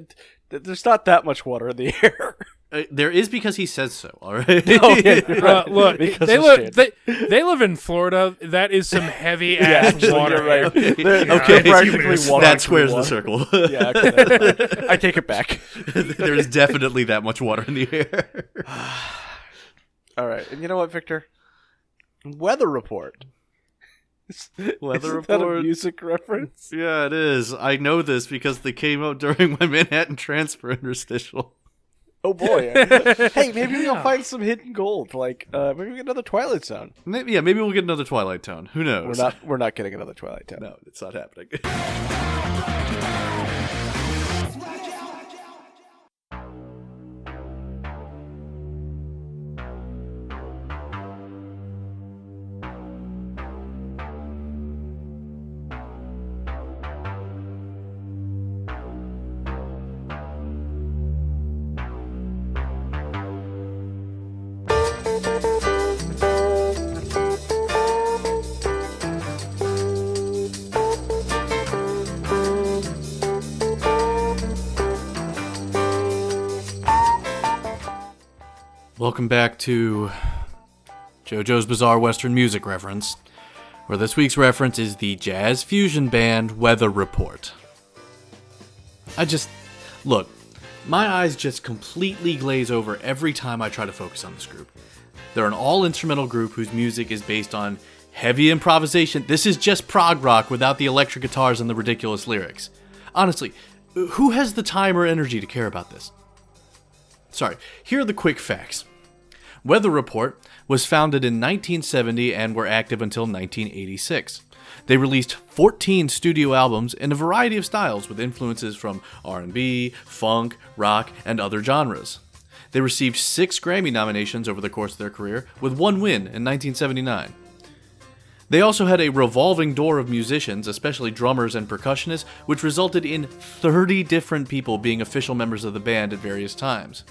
Speaker 1: th- there's not that much water in the air.
Speaker 3: Uh, there is because he says so. All right.
Speaker 1: Oh, yeah, you're
Speaker 2: Uh,
Speaker 1: right.
Speaker 2: look,
Speaker 1: Because
Speaker 2: they
Speaker 1: of
Speaker 2: live
Speaker 1: sand.
Speaker 2: they, they live in Florida. That is some heavy
Speaker 1: Yeah,
Speaker 2: ass
Speaker 1: actually,
Speaker 2: water.
Speaker 1: you're right.
Speaker 3: Okay.
Speaker 1: They're-
Speaker 3: Yeah,
Speaker 1: they're
Speaker 3: it's-
Speaker 1: practically
Speaker 4: it's-
Speaker 1: water
Speaker 3: that
Speaker 1: through
Speaker 3: squares the
Speaker 1: water.
Speaker 3: circle.
Speaker 1: Yeah, okay, that's fine. I take it back.
Speaker 3: there is definitely that much water in the air.
Speaker 1: All right, and you know what, Victor? Weather report.
Speaker 3: Weather
Speaker 1: Is that a
Speaker 3: report.
Speaker 1: music reference?
Speaker 3: Yeah, it is. I know this because they came out during my Manhattan Transfer interstitial.
Speaker 1: Oh boy! hey, maybe we'll find some hidden gold. Like uh, maybe we get another Twilight Zone.
Speaker 3: Maybe, yeah, maybe we'll get another Twilight Town. Who
Speaker 1: We're
Speaker 3: knows?
Speaker 1: not. We're not getting another Twilight Zone.
Speaker 3: No, it's not happening. Welcome back to JoJo's Bizarre Western Music Reference, where this week's reference is the jazz fusion band Weather Report. I just. Look, my eyes just completely glaze over every time I try to focus on this group. They're an all instrumental group whose music is based on heavy improvisation. This is just prog rock without the electric guitars and the ridiculous lyrics. Honestly, who has the time or energy to care about this? Sorry, here are the quick facts. Weather Report was founded in 1970 and were active until 1986. They released 14 studio albums in a variety of styles with influences from R&B, funk, rock, and other genres. They received 6 Grammy nominations over the course of their career with one win in 1979. They also had a revolving door of musicians, especially drummers and percussionists, which resulted in 30 different people being official members of the band at various times.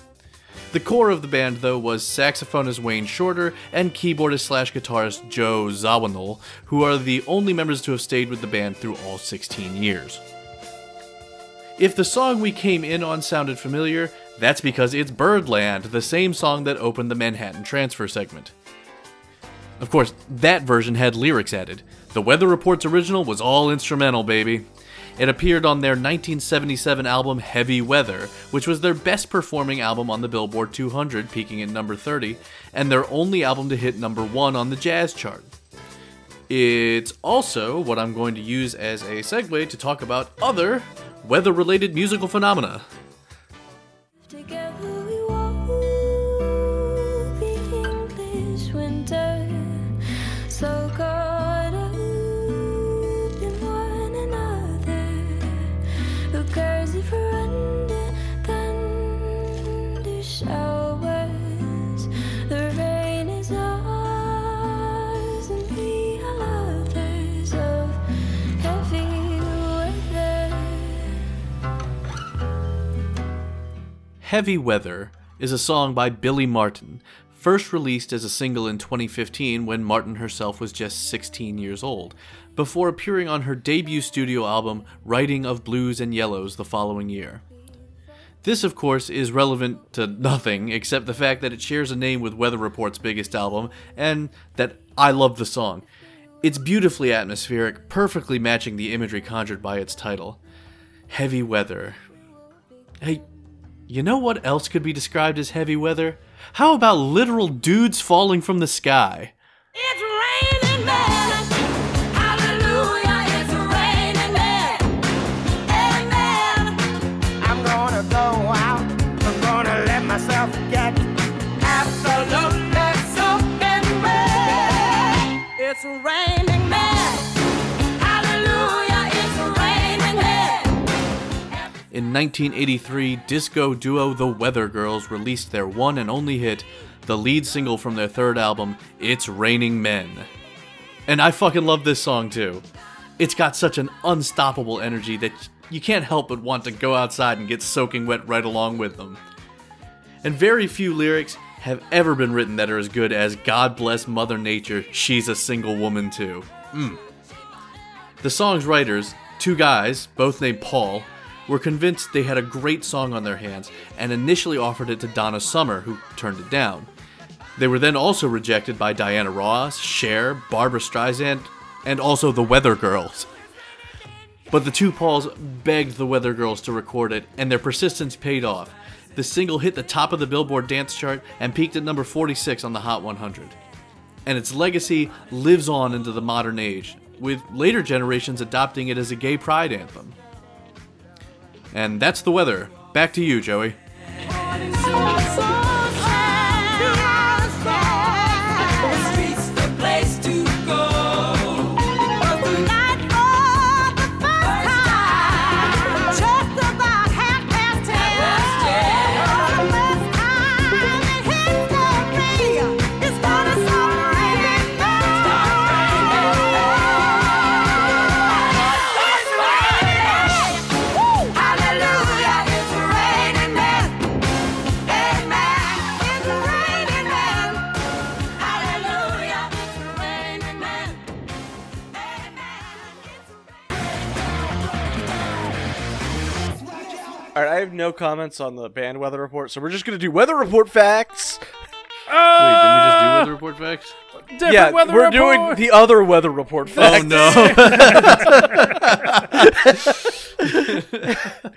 Speaker 3: The core of the band, though, was saxophonist Wayne Shorter and keyboardist slash guitarist Joe Zawinul, who are the only members to have stayed with the band through all 16 years. If the song we came in on sounded familiar, that's because it's Birdland, the same song that opened the Manhattan Transfer segment. Of course, that version had lyrics added. The Weather Report's original was all instrumental, baby. It appeared on their 1977 album Heavy Weather, which was their best performing album on the Billboard 200, peaking at number 30, and their only album to hit number 1 on the jazz chart. It's also what I'm going to use as a segue to talk about other weather related musical phenomena.
Speaker 7: Together we walk the
Speaker 3: Heavy Weather is a song by Billy Martin, first released as a single in 2015 when Martin herself was just 16 years old, before appearing on her debut studio album Writing of Blues and Yellows the following year. This, of course, is relevant to nothing except the fact that it shares a name with Weather Report's biggest album and that I love the song. It's beautifully atmospheric, perfectly matching the imagery conjured by its title. Heavy weather. Hey, you know what else could be described as heavy weather? How about literal dudes falling from the sky?
Speaker 6: It's raining men. Hallelujah, it's raining men. Amen.
Speaker 7: I'm gonna go out. I'm gonna let myself get absolutely soaking wet.
Speaker 6: It's raining men. Hallelujah, it's raining men.
Speaker 3: In 1983, disco duo The Weather Girls released their one and only hit, the lead single from their third album, It's Raining Men. And I fucking love this song too. It's got such an unstoppable energy that you can't help but want to go outside and get soaking wet right along with them. And very few lyrics have ever been written that are as good as God Bless Mother Nature, She's a Single Woman Too. The song's writers, two guys, both named Paul, were convinced they had a great song on their hands and initially offered it to Donna Summer, who turned it down. They were then also rejected by Diana Ross, Cher, Barbara Streisand, and also the Weather Girls. But the two Pauls begged the Weather Girls to record it, and their persistence paid off. The single hit the top of the Billboard dance chart and peaked at number 46 on the Hot 100 and its legacy lives on into the modern age, with later generations adopting it as a gay pride anthem. And that's the weather. Back to you, Joey.
Speaker 6: Hallelujah, it's raining men. Amen. It's raining men. Hallelujah, it's raining men. Amen. It's
Speaker 1: All right, I have no comments on the band weather report, so we're just gonna do weather report facts.
Speaker 3: Wait, did we just do weather report facts?
Speaker 2: Uh, Different
Speaker 1: yeah,
Speaker 2: weather
Speaker 1: we're
Speaker 2: report.
Speaker 1: doing the other weather report
Speaker 3: Oh
Speaker 1: facts.
Speaker 3: no!
Speaker 1: yeah, that's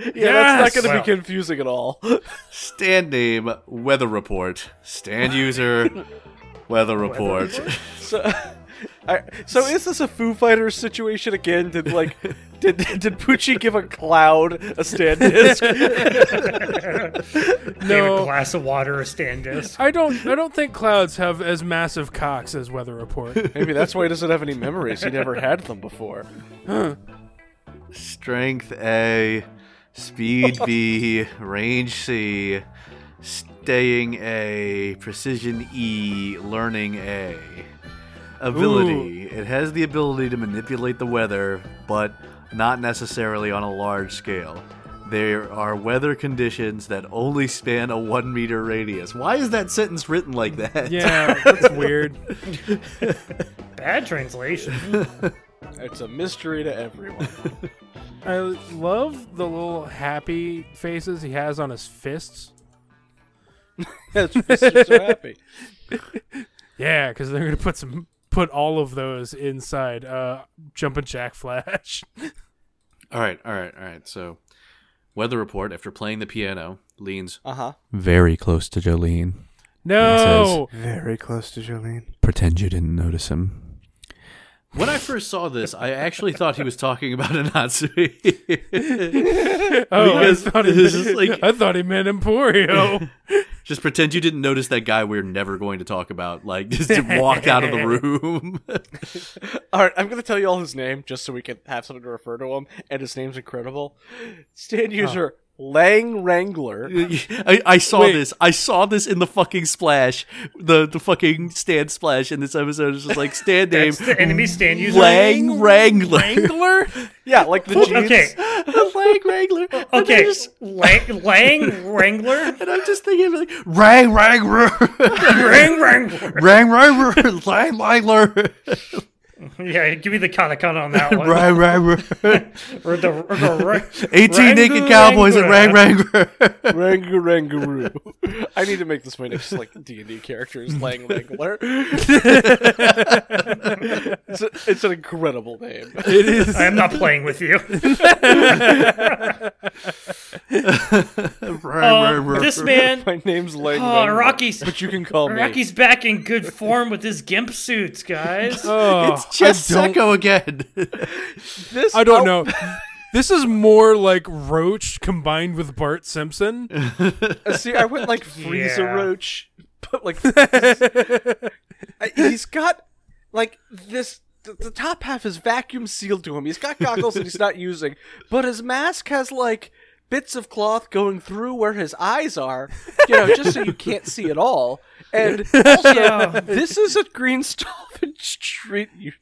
Speaker 1: not
Speaker 2: Yes.
Speaker 1: gonna
Speaker 2: Wow.
Speaker 1: be confusing at all.
Speaker 3: Stand name weather report. Stand user weather report.
Speaker 1: So, I, so is this a Foo Fighters situation again? Did like, did did Pucci give a cloud a stand disc?
Speaker 4: Gave a
Speaker 2: No.
Speaker 4: glass of water a stand disc.
Speaker 2: I don't. I don't think clouds have as massive cocks as weather report.
Speaker 1: Maybe that's why he doesn't have any memories. He never had them before.
Speaker 3: Strength A, speed B, range C, staying A, precision E, learning A. Ability. It has the ability to manipulate the weather, but not necessarily on a large scale. There are weather conditions that only span a one meter radius. Why is that sentence written like that?
Speaker 2: yeah, that's weird.
Speaker 4: Bad translation.
Speaker 1: It's a mystery to everyone.
Speaker 2: I love the little happy faces he has on his fists.
Speaker 1: That's just so happy.
Speaker 2: Yeah, because they're gonna put some put all of those inside uh jumping jack flash.
Speaker 3: All right, all right, all right. So, weather report after playing the piano leans
Speaker 1: Uh huh.
Speaker 3: very close to Jolene.
Speaker 2: No,
Speaker 7: Very close to Jolene.
Speaker 3: Pretend you didn't notice him. When I first saw this, I actually thought he was talking about an Nazi.
Speaker 2: oh, I
Speaker 3: Because
Speaker 2: thought, he meant,
Speaker 3: this is like-
Speaker 2: I thought he meant Emporio.
Speaker 3: just pretend you didn't notice that guy we're never going to talk about. Like, just to walk out of the room.
Speaker 1: All right, I'm gonna tell you all his name just so we can have something to refer to him, and his name's incredible. Stand user Lang Wrangler.
Speaker 3: I, I saw
Speaker 2: Wait.
Speaker 3: this. I saw this in the fucking splash, the the fucking stand splash in this episode. It's just like stand name
Speaker 4: That's the enemy stand user.
Speaker 3: Lang Wrangler.
Speaker 2: Wrangler?
Speaker 1: Yeah, like the jeans.
Speaker 4: Okay,
Speaker 3: Lang Wrangler. And they're
Speaker 4: okay.
Speaker 3: just-
Speaker 4: Lang, Lang Wrangler.
Speaker 3: And I'm just thinking like Rang Wrangler,
Speaker 4: Rang Wrangler.
Speaker 3: Rang Wrangler, Lang Wrangler,
Speaker 4: Yeah, give me the katakana on that one.
Speaker 3: Rang Wrangler.
Speaker 4: Or the, or the ra-
Speaker 3: Eighteen naked
Speaker 4: Wrangler,
Speaker 3: cowboys and Rang
Speaker 4: Wrangler.
Speaker 3: Wrangler.
Speaker 1: Rangu Rangaroo. I need to make this my next like D and D character is Lang Wrangler. it's, a, it's an incredible name.
Speaker 2: It is.
Speaker 4: I am not playing with you. Uh, this man,
Speaker 1: My name's Lang.
Speaker 4: oh,
Speaker 1: Wrangler,
Speaker 4: Rocky's
Speaker 1: But you can call me.
Speaker 4: Rocky's back in good form with his gimp suits, guys.
Speaker 2: Oh,
Speaker 3: It's just
Speaker 2: I don't,
Speaker 3: Seko again.
Speaker 1: This
Speaker 2: I don't
Speaker 1: out-
Speaker 2: know. This is more like Roach combined with Bart Simpson.
Speaker 1: Uh, See, I went like Frieza
Speaker 4: Yeah.
Speaker 1: Roach, but like I- he's got like this. The, the top half is vacuum sealed to him. He's got goggles that he's not using, but his mask has like bits of cloth going through where his eyes are, you know, just so you can't see at all. And also, this is a green Stolvin Street u-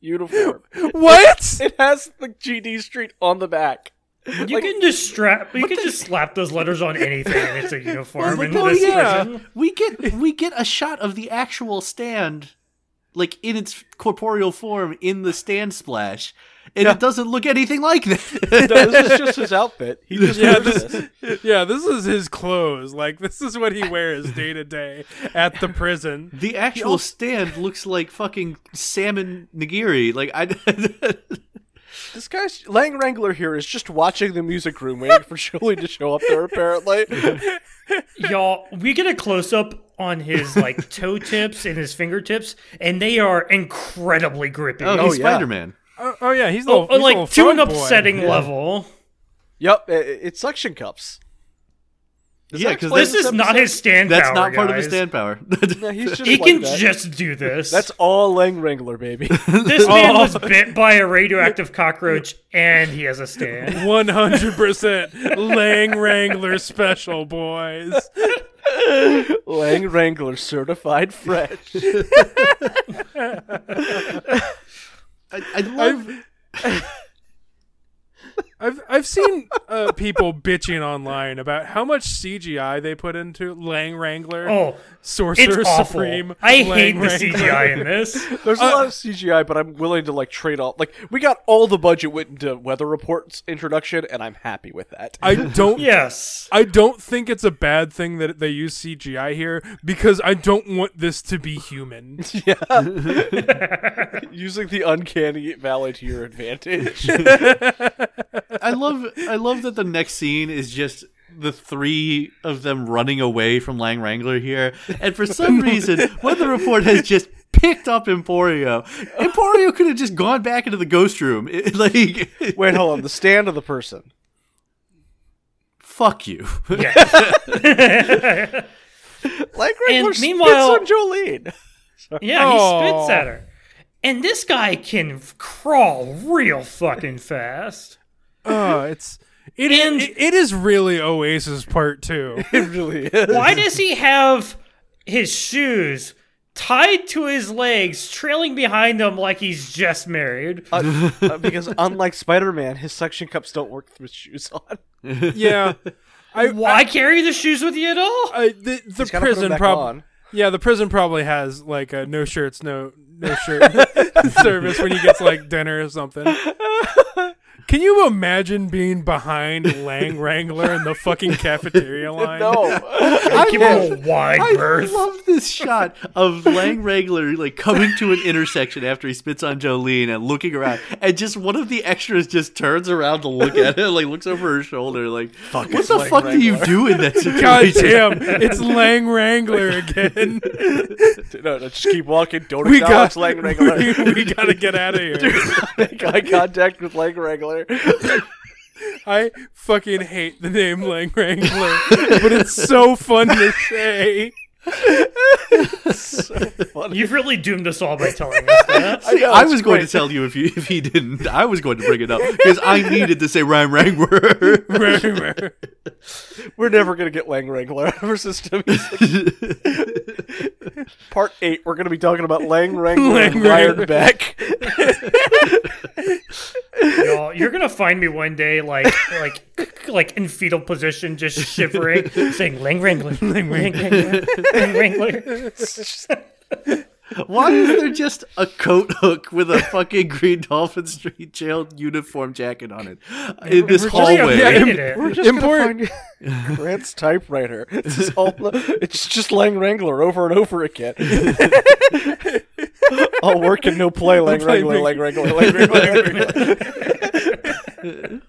Speaker 1: uniform.
Speaker 2: What?
Speaker 1: It has the GD Street on the back.
Speaker 4: You
Speaker 1: Like-
Speaker 4: can just strap. You can just slap those letters on anything. and It's a uniform in
Speaker 3: Well,
Speaker 4: this
Speaker 3: yeah.
Speaker 4: prison.
Speaker 3: We get we get a shot of the actual stand, like in its corporeal form in the stand splash, and it doesn't look anything like that.
Speaker 1: No, this is just his outfit. He just
Speaker 2: Yeah,
Speaker 1: wears this.
Speaker 2: this, yeah, this is his clothes. Like this is what he wears day to day at the prison.
Speaker 3: the actual stand looks like fucking salmon nigiri. Like I.
Speaker 1: This guy's Lang Wrangler here is just watching the music room, waiting for Julie to show up there. Apparently,
Speaker 4: Y'all, we get a close up on his like toe tips and his fingertips, and they are incredibly grippy.
Speaker 3: oh,
Speaker 1: Oh,
Speaker 3: he's
Speaker 1: yeah.
Speaker 3: Spider Man.
Speaker 2: Oh, oh, yeah, he's a
Speaker 4: Oh,
Speaker 2: little, he's a little
Speaker 4: like to an
Speaker 2: frog boy.
Speaker 4: upsetting level.
Speaker 1: yep, i- i- it's suction cups.
Speaker 3: Yeah,
Speaker 1: that
Speaker 3: because
Speaker 1: explain
Speaker 4: This
Speaker 3: that's,
Speaker 4: is not his stand
Speaker 3: that's
Speaker 4: power,
Speaker 3: not part of his
Speaker 4: guys.
Speaker 3: stand power.
Speaker 1: Yeah, he's just
Speaker 4: He
Speaker 1: like
Speaker 4: can
Speaker 1: that.
Speaker 4: just do this.
Speaker 1: That's all Lang Wrangler, baby.
Speaker 4: this man
Speaker 3: Oh.
Speaker 4: was bit by a radioactive cockroach, and he has a stand.
Speaker 2: One hundred percent Lang Wrangler special boys.
Speaker 1: Lang Wrangler certified fresh.
Speaker 3: I, I love.
Speaker 2: I've I've seen uh, people bitching online about how much CGI they put into Lang Wrangler,
Speaker 4: Oh, it's
Speaker 2: Sorcerer
Speaker 4: awful.
Speaker 2: Supreme.
Speaker 4: I
Speaker 2: Lang
Speaker 4: hate the
Speaker 2: Wrangler.
Speaker 4: CGI in this.
Speaker 1: There's a lot of CGI, but I'm willing to like trade off. Like we got all the budget went into Weather Report's introduction, and I'm happy with that.
Speaker 2: I don't
Speaker 4: Yes.
Speaker 2: I don't think it's a bad thing that they use CGI here because I don't want this to be human.
Speaker 1: Using the uncanny valley to your advantage.
Speaker 3: I love I love that the next scene is just the three of them running away from Lang Wrangler here, and for some reason, Weather Report has just picked up Emporio. Emporio could have just gone back into the ghost room. It- like,
Speaker 1: Wait, hold on. The stand of the person.
Speaker 3: fuck you.
Speaker 1: Lang Wrangler spits
Speaker 4: meanwhile-
Speaker 1: on Jolene.
Speaker 4: Yeah, he
Speaker 2: Oh.
Speaker 4: spits at her. And this guy can f- crawl real fucking fast.
Speaker 2: Oh, it's it,
Speaker 4: And-
Speaker 2: it- it is really Oasis part two.
Speaker 1: It really is.
Speaker 4: Why does he have his shoes tied to his legs, trailing behind him like he's just married?
Speaker 1: Uh, uh, because unlike Spider-Man, his suction cups don't work with shoes on.
Speaker 2: yeah, I,
Speaker 4: Why carry the shoes with you at all?
Speaker 2: I the the
Speaker 1: gotta put 'em
Speaker 2: prison
Speaker 1: back
Speaker 2: probably
Speaker 1: on.
Speaker 2: yeah the prison probably has like a no shirts no no shirt service when he gets like dinner or something. Can you imagine being behind Lang Wrangler in the fucking cafeteria line?
Speaker 1: Oh. I
Speaker 4: Give
Speaker 1: love-
Speaker 4: him a wide
Speaker 3: I
Speaker 4: berth.
Speaker 3: love this shot of Lang Wrangler like coming to an intersection after he spits on Jolene and looking around, and just one of the extras just turns around to look at him, like looks over her shoulder, like, "What the
Speaker 1: Lang
Speaker 3: fuck do you do in that situation?"
Speaker 2: God damn, it's Lang Wrangler again.
Speaker 1: No, no, just keep walking. Don't
Speaker 2: We
Speaker 1: acknowledge
Speaker 2: got
Speaker 1: Lang Wrangler.
Speaker 2: We, we gotta get out of here.
Speaker 1: Make eye contact with Lang Wrangler.
Speaker 2: I fucking hate the name Lang Wrangler, but it's so fun to say.
Speaker 4: You've really doomed us all by telling us that.
Speaker 1: I, know,
Speaker 3: I
Speaker 1: it's
Speaker 3: was going
Speaker 1: great.
Speaker 3: to tell you if you if he didn't. I was going to bring it up because I needed to say rhyme wrangler.
Speaker 1: We're never going to get Lang Wrangler out of our system. Part 8, we're going to be talking about Lang Wrangler
Speaker 2: Lang
Speaker 1: and
Speaker 2: Wrangler.
Speaker 1: Wired Beck.
Speaker 4: Y'all, you're gonna find me one day, like, like, like in fetal position, just shivering, saying "Lang Wrangler, Lang Wrangler, Lang Wrangler."
Speaker 3: Why is there just a coat hook with a fucking green Dolphin Street jail uniform jacket on it in this
Speaker 4: We're just
Speaker 3: hallway?
Speaker 4: updated it.
Speaker 1: We're just going
Speaker 2: Important.
Speaker 1: to find Grant's typewriter. It's just, all, it's just Lang Wrangler over and over again. all work and no play, Lang
Speaker 2: play,
Speaker 1: Wrangler, Lang
Speaker 2: Lang-
Speaker 1: Wrangler, Lang Wrangler, Lang Wrangler.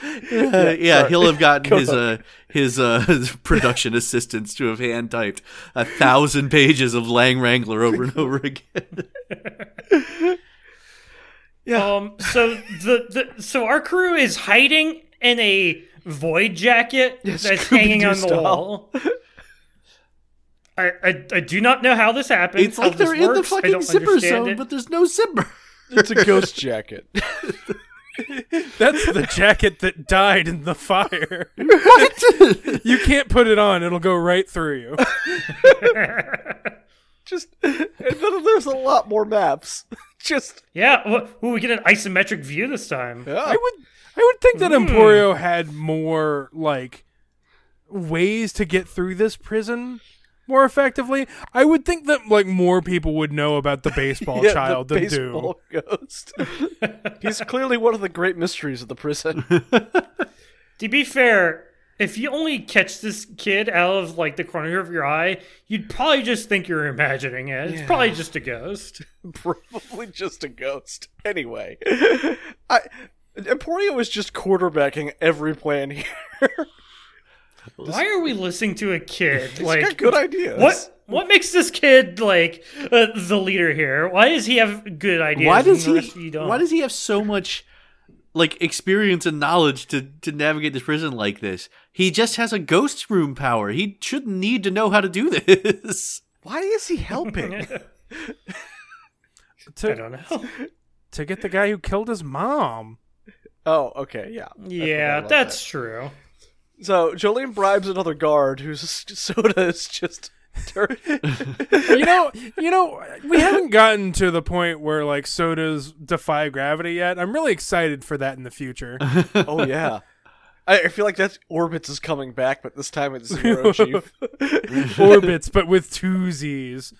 Speaker 3: Uh, yeah, he'll have gotten his uh, his, uh, his production assistants to have hand typed a thousand pages of Lang Wrangler over and over again.
Speaker 4: Um, so the, the so our crew is hiding in a void jacket that's hanging
Speaker 1: Scooby-Doo
Speaker 4: on the
Speaker 1: style.
Speaker 4: wall. I, I, I do not know how this happens.
Speaker 3: It's
Speaker 4: how
Speaker 3: like
Speaker 4: this
Speaker 3: they're in the
Speaker 4: works. I
Speaker 3: fucking
Speaker 4: don't
Speaker 3: zipper
Speaker 4: understand
Speaker 3: zone,
Speaker 4: it.
Speaker 3: but there's no zipper.
Speaker 1: It's a ghost jacket.
Speaker 2: That's the jacket that died in the fire.
Speaker 3: What?
Speaker 2: You can't put it on; it'll go right through you.
Speaker 1: Just and then there's a lot more maps. Just
Speaker 4: yeah, well, ooh, we get an isometric view this time.
Speaker 2: I would, I would think
Speaker 1: Hmm.
Speaker 2: that Emporio had more like ways to get through this prison more effectively. I would think that like more people would know about the baseball
Speaker 1: Yeah, the
Speaker 2: child than do.
Speaker 1: baseball ghost. He's clearly one of the great mysteries of the prison.
Speaker 4: To be fair, if you only catch this kid out of like the corner of your eye, you'd probably just think you're imagining it. It's probably just a ghost.
Speaker 1: Probably just a ghost. Anyway, I Emporio is just quarterbacking every plan here.
Speaker 4: Why are we listening to a kid?
Speaker 1: He's
Speaker 4: like
Speaker 1: got good ideas.
Speaker 4: What what makes this kid like uh, the leader here? Why does he have good ideas?
Speaker 3: why
Speaker 4: and
Speaker 3: does
Speaker 4: the rest of
Speaker 3: he?
Speaker 4: you don't?
Speaker 3: Why does he have so much like experience and knowledge to to navigate this prison like this? He just has a ghost room power. He shouldn't need to know how to do this.
Speaker 1: Why is he helping?
Speaker 4: I
Speaker 2: To,
Speaker 4: don't know.
Speaker 2: to get the guy who killed his mom.
Speaker 1: oh, okay, yeah.
Speaker 4: Yeah,
Speaker 1: about
Speaker 4: that's true.
Speaker 1: So Jolene bribes another guard whose soda is just dirt.
Speaker 2: You know, you know, we haven't gotten to the point where like sodas defy gravity yet. I'm really excited for that in the future.
Speaker 1: oh yeah. I I feel like that's Orbits is coming back, but this time it's Zero Chief.
Speaker 2: orbits, but with two Z's.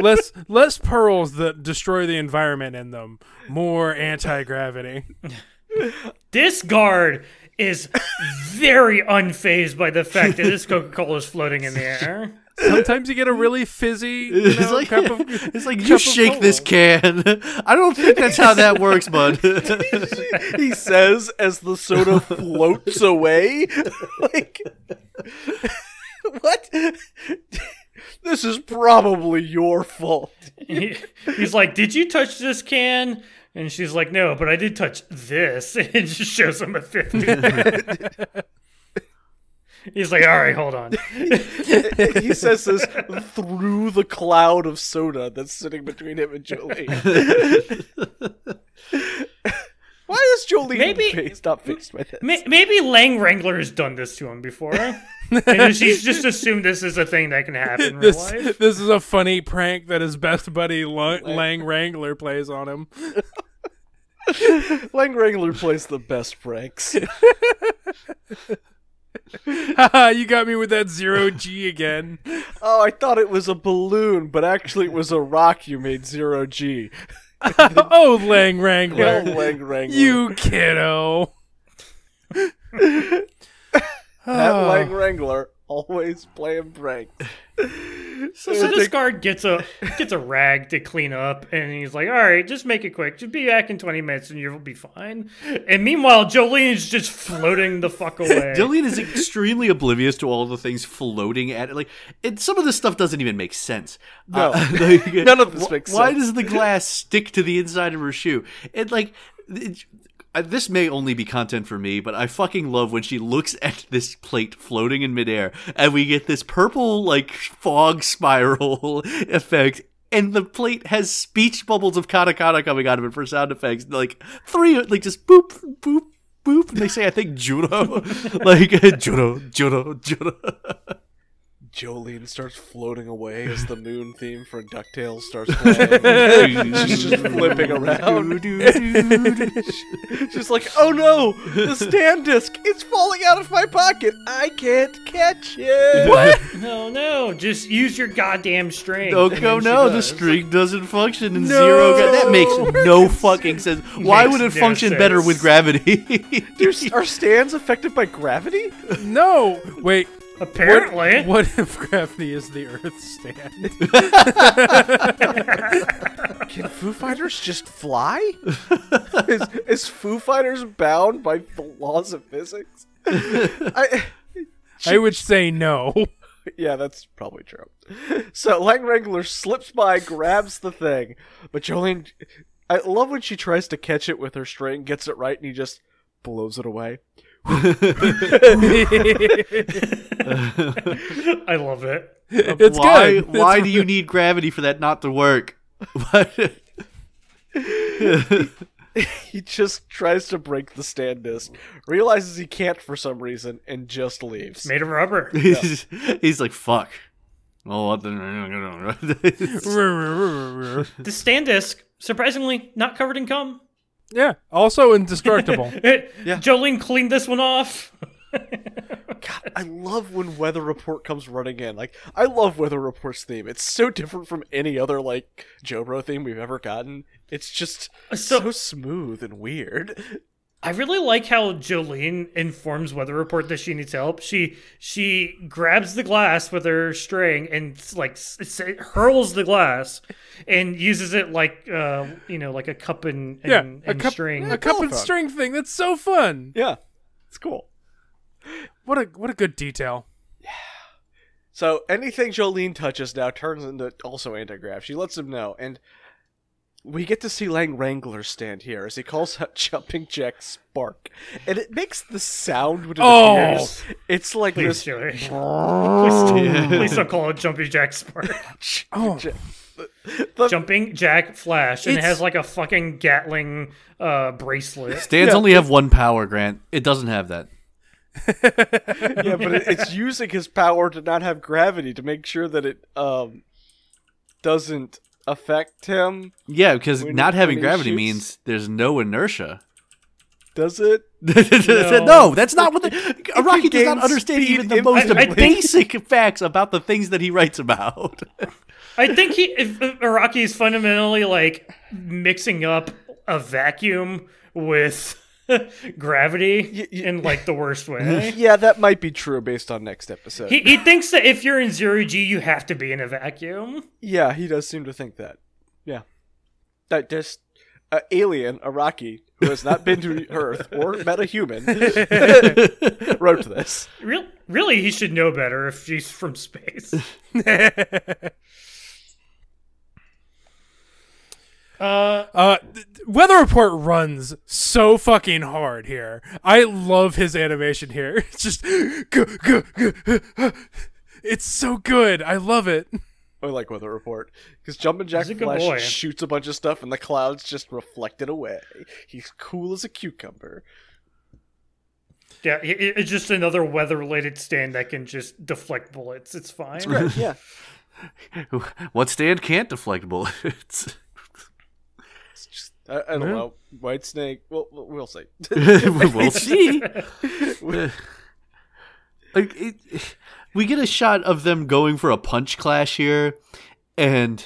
Speaker 2: Less less pearls that destroy the environment in them. More anti gravity.
Speaker 4: This guard is very unfazed by the fact that this Coca Cola is floating in the air.
Speaker 2: Sometimes you get a really fizzy you
Speaker 3: It's
Speaker 2: know,
Speaker 3: like-
Speaker 2: cup of.
Speaker 3: It's like you shake this can. I don't think that's how that works, bud.
Speaker 1: he says as the soda floats away. like what? this is probably your fault.
Speaker 4: He- he's like, "Did you touch this can?" And she's like, "No, but I did touch this." And just shows him a fifty. he's like, "All right, hold on."
Speaker 1: he says this through the cloud of soda that's sitting between him and Jolene. Why is Jolene
Speaker 4: Maybe-
Speaker 1: faced, not fixed by this?
Speaker 4: Ma- Maybe Lang Wrangler has done this to him before, and she's just assumed this is a thing that can happen in real
Speaker 2: This,
Speaker 4: life.
Speaker 2: this is a funny prank that his best buddy Lang, Lang Wrangler plays on him.
Speaker 1: Lang Wrangler plays the best pranks.
Speaker 2: Haha, you got me with that zero G again.
Speaker 1: Oh, I thought it was a balloon, but actually it was a rock you made zero G.
Speaker 2: oh, Lang
Speaker 1: Oh,
Speaker 2: Wrangler.
Speaker 1: Lang Wrangler.
Speaker 2: you kiddo.
Speaker 1: that
Speaker 2: Oh.
Speaker 1: Lang Wrangler always playing pranks.
Speaker 4: So, this guard gets a gets a rag to clean up, and he's like, "All right, just make it quick. Just be back in twenty minutes, and you'll be fine." And meanwhile, Jolene is just floating the fuck away.
Speaker 3: Dillian is extremely oblivious to all the things floating at it. Like, and some of this stuff doesn't even make sense. Uh,
Speaker 1: No.
Speaker 3: like,
Speaker 1: None of this
Speaker 3: wh-
Speaker 1: makes
Speaker 3: Why
Speaker 1: sense.
Speaker 3: does the glass stick to the inside of her shoe? And like, it, I, this may only be content for me, but I fucking love when she looks at this plate floating in midair, and we get this purple like fog spiral effect. And the plate has speech bubbles of katakana coming out of it for sound effects, like three, like just boop, boop, boop. And they say, I think judo, like judo, judo, judo.
Speaker 1: Jolene starts floating away as the moon theme for DuckTales starts playing. She's just flipping around. She's like, oh no, the stand disc, it's falling out of my pocket. I can't catch it.
Speaker 4: No, no, just use your goddamn string.
Speaker 3: Oh
Speaker 4: And
Speaker 3: go
Speaker 4: then she
Speaker 3: no, the
Speaker 4: does.
Speaker 3: string doesn't function in zero. Gra- that makes no fucking sense. Why would it
Speaker 4: Makes no
Speaker 3: function better
Speaker 4: sense.
Speaker 3: with gravity?
Speaker 1: There's- Are stands affected by gravity?
Speaker 2: No, wait.
Speaker 4: Apparently.
Speaker 2: What if gravity is the Earth's stand?
Speaker 1: Can Foo Fighters just fly? is, is Foo Fighters bound by the laws of physics? I,
Speaker 2: I would say no.
Speaker 1: yeah, that's probably true. So Lang Wrangler slips by, grabs the thing, but Jolene. I love when she tries to catch it with her string, gets it right, and he just blows it away.
Speaker 4: I love it.
Speaker 2: It's
Speaker 3: why
Speaker 2: good.
Speaker 3: why do you need gravity for that not to work? What-
Speaker 1: He just tries to break the stand disc, realizes he can't for some reason, and just leaves.
Speaker 4: Made of rubber.
Speaker 3: he's, he's like fuck. Oh, what the-
Speaker 2: It's-
Speaker 4: The stand disc, surprisingly, not covered in cum.
Speaker 2: yeah. Also indestructible.
Speaker 4: Jolene cleaned this one off.
Speaker 1: God, I love when Weather Report comes running in. Like, I love Weather Report's theme. It's so different from any other like Joe Bro theme we've ever gotten. It's just so,
Speaker 4: So-
Speaker 1: smooth and weird.
Speaker 4: I really like how Jolene informs Weather Report that she needs help. She she grabs the glass with her string and like s- s- hurls the glass and uses it like uh you know like a cup and, and,
Speaker 2: yeah. a
Speaker 4: and
Speaker 2: cup,
Speaker 4: string.
Speaker 2: A cup and
Speaker 1: Telephone.
Speaker 2: string thing. That's so fun.
Speaker 1: Yeah, it's cool.
Speaker 2: What a what a good detail.
Speaker 1: So anything Jolene touches now turns into also antigrav. She lets him know, and we get to see Lang Wrangler stand here as he calls out Jumping Jack Spark, and it makes the sound when it
Speaker 2: Oh.
Speaker 1: appears. It's like
Speaker 4: Please,
Speaker 1: this
Speaker 4: Jolene. Please, don't, please don't call it Jumpy Jack Spark.
Speaker 2: Oh,
Speaker 4: Jumping Jack Flash, and it
Speaker 2: It's-
Speaker 4: has like a fucking Gatling uh, bracelet.
Speaker 3: Stands only have one power, Grant. It doesn't have that.
Speaker 1: yeah, but it, it's using his power to not have gravity to make sure that it um doesn't affect him.
Speaker 3: Yeah, because
Speaker 1: When-
Speaker 3: not having
Speaker 1: when he
Speaker 3: gravity
Speaker 1: shoots-
Speaker 3: means there's no inertia.
Speaker 1: Does it?
Speaker 3: no. that's not what the Rocky does not
Speaker 1: gains
Speaker 3: understand
Speaker 1: speed
Speaker 3: even the most
Speaker 4: infinitely- I think-
Speaker 3: basic facts about the things that he writes about.
Speaker 4: I think he if, if Iraqi is fundamentally like mixing up a vacuum with gravity
Speaker 1: y-
Speaker 4: in like the worst way.
Speaker 1: Yeah, that might be true based on next episode.
Speaker 4: He, he thinks that if you're in zero G, you have to be in a vacuum.
Speaker 1: yeah, he does seem to think that. Yeah, that just uh, alien Iraqi who has not been to Earth or met a human wrote this.
Speaker 4: Real, really, he should know better if she's from space. uh,
Speaker 2: uh, th- th- Weather Report runs so fucking hard here. I love his animation here. It's just, g- g- g- it's so good. I love it.
Speaker 1: I like Weather Report because Jumpin' Jack
Speaker 4: He's a good
Speaker 1: Flash
Speaker 4: boy.
Speaker 1: shoots a bunch of stuff and the clouds just reflect it away. He's cool as a cucumber.
Speaker 4: yeah, it, it- it's just another weather-related stand that can just deflect bullets. It's fine.
Speaker 1: yeah.
Speaker 3: what stand can't deflect bullets?
Speaker 1: It's just I, I don't know. White Snake. Well, we'll we'll see.
Speaker 3: we'll see. Like, it- we get a shot of them going for a punch clash here, and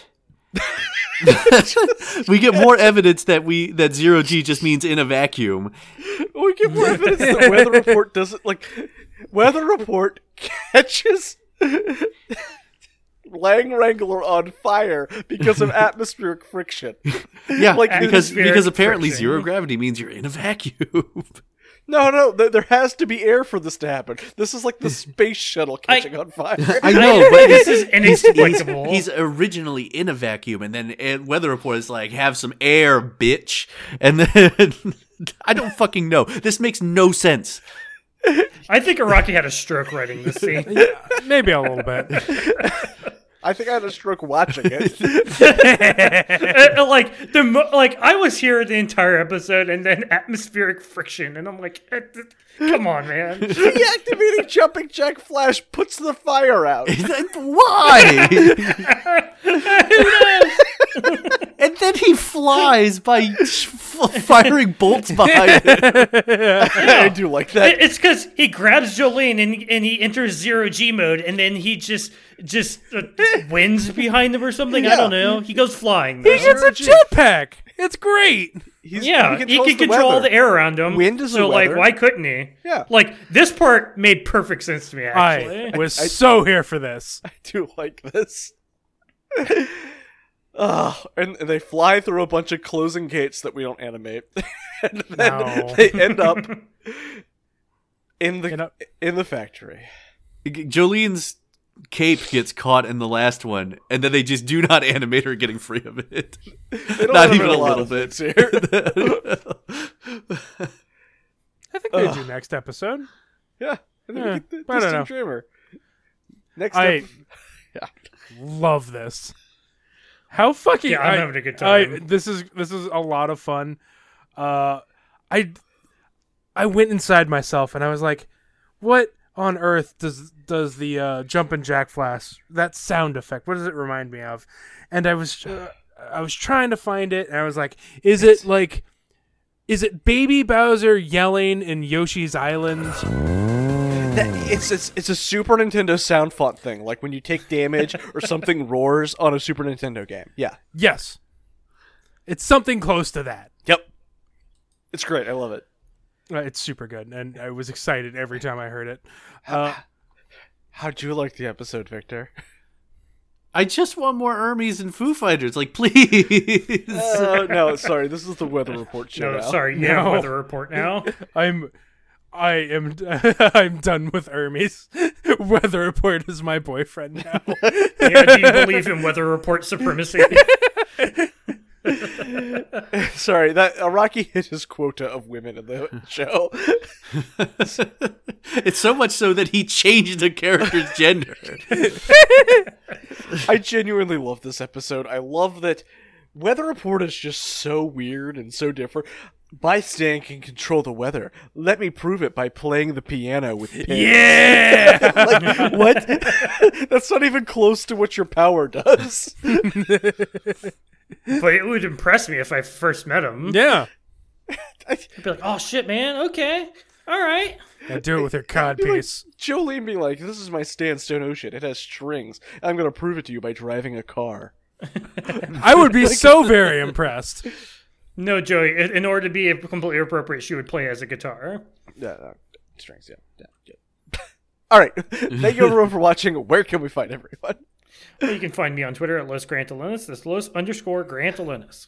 Speaker 3: we get more evidence that we that zero g just means in a vacuum.
Speaker 1: we get more evidence that Weather Report doesn't like. Weather Report catches Lang Wrangler on fire because of atmospheric friction.
Speaker 3: Yeah,
Speaker 1: Like,
Speaker 3: because
Speaker 4: atmospheric
Speaker 3: because apparently
Speaker 4: friction.
Speaker 3: zero gravity means you're in a vacuum.
Speaker 1: No, no, th- there has to be air for this to happen. This is like the space shuttle catching on fire.
Speaker 3: I know, but
Speaker 4: This is inexplicable.
Speaker 3: He's originally in a vacuum, and then uh, Weather Report is like, "Have some air, bitch," and then I don't fucking know. This makes no sense.
Speaker 4: I think Iraqi had a stroke writing this scene.
Speaker 2: Maybe a little bit.
Speaker 1: I think I had a stroke watching it.
Speaker 4: Uh, like the mo- like I was here the entire episode, and then atmospheric friction, and I'm like, eh, th- come on, man.
Speaker 1: Deactivating jumping jack flash puts the fire out.
Speaker 3: Why? and then he flies by firing bolts behind him.
Speaker 1: I do like that.
Speaker 4: It- It's because he grabs Jolene and, and he enters zero G mode, and then he just just uh, wins behind them or something. I don't know. He goes flying. though.
Speaker 2: He gets a jetpack. It's great.
Speaker 1: He's,
Speaker 4: yeah, he,
Speaker 1: controls
Speaker 4: can control
Speaker 1: weather.
Speaker 4: the air around him.
Speaker 1: Wind is the
Speaker 4: so like,
Speaker 1: weather.
Speaker 4: why couldn't he?
Speaker 1: Yeah.
Speaker 4: like this part made perfect sense to me. Actually,
Speaker 2: I was so here for this.
Speaker 1: do like this. Oh, and and they fly through a bunch of closing gates that we don't animate, and then
Speaker 2: No.
Speaker 1: they end up in the
Speaker 2: You know-
Speaker 1: in the factory.
Speaker 3: Jolene's cape gets caught in the last one, and then they just do not animate her getting free of it.
Speaker 1: They don't
Speaker 3: Not
Speaker 1: animate
Speaker 3: even a
Speaker 1: lot
Speaker 3: little
Speaker 1: of
Speaker 3: bit.
Speaker 1: things here.
Speaker 2: I think they do next episode.
Speaker 1: yeah, and then
Speaker 2: Yeah,
Speaker 1: we get the
Speaker 2: I don't
Speaker 1: Distant
Speaker 2: know.
Speaker 1: Dreamer. Next
Speaker 2: I-
Speaker 1: up,
Speaker 2: Love this. How fucking
Speaker 4: Yeah, I'm
Speaker 2: I-
Speaker 4: having a good
Speaker 2: I-
Speaker 4: time.
Speaker 2: this is this is a lot of fun. Uh, I I went inside myself and I was like, what on earth does does the uh, jumping jack flash that sound effect? What does it remind me of? And I was uh, I was trying to find it and I was like, is it like is it Baby Bowser yelling in Yoshi's Island?
Speaker 1: that, it's it's it's a Super Nintendo sound font thing, like when you take damage or something roars on a Super Nintendo game. Yeah,
Speaker 2: Yes, it's something close to that.
Speaker 1: yep, it's great. I love it.
Speaker 2: Uh, It's super good, and I was excited every time I heard it.
Speaker 1: How'd you like the episode, Victor?
Speaker 3: I just want more Hermes and Foo Fighters. Like, please.
Speaker 1: Oh no, sorry. This is the weather report show.
Speaker 4: no,
Speaker 1: now.
Speaker 4: sorry, you have
Speaker 2: No.
Speaker 4: a weather report now.
Speaker 2: I'm, I am, I'm done with Hermes. Weather report is my boyfriend now.
Speaker 4: yeah, do you believe in weather report supremacy?
Speaker 1: Sorry, that Iraqi hit his quota of women in the show.
Speaker 3: it's so much so that he changed the character's gender.
Speaker 1: I genuinely love this episode. I love that weather report is just so weird and so different. My stand can control the weather. Let me prove it by playing the piano with pins.
Speaker 2: yeah,
Speaker 1: Like, what? That's not even close to what your power does.
Speaker 4: but it would impress me if I first met him.
Speaker 2: yeah.
Speaker 4: I'd be like, oh shit, man. Okay, all right.
Speaker 2: I do it with her codpiece.
Speaker 1: Jolene being like, this is my stand, Stone Ocean. It has strings. I'm going to prove it to you by driving a car.
Speaker 2: I would be so very impressed.
Speaker 4: No, Joey. In in order to be completely appropriate, she would play as a guitar.
Speaker 1: Yeah, no, strings, yeah. yeah, yeah. All right. Thank you everyone for watching. Where can we find everyone?
Speaker 4: Well, you can find me on Twitter at Los Grantalinas. That's Los underscore Grantalinas.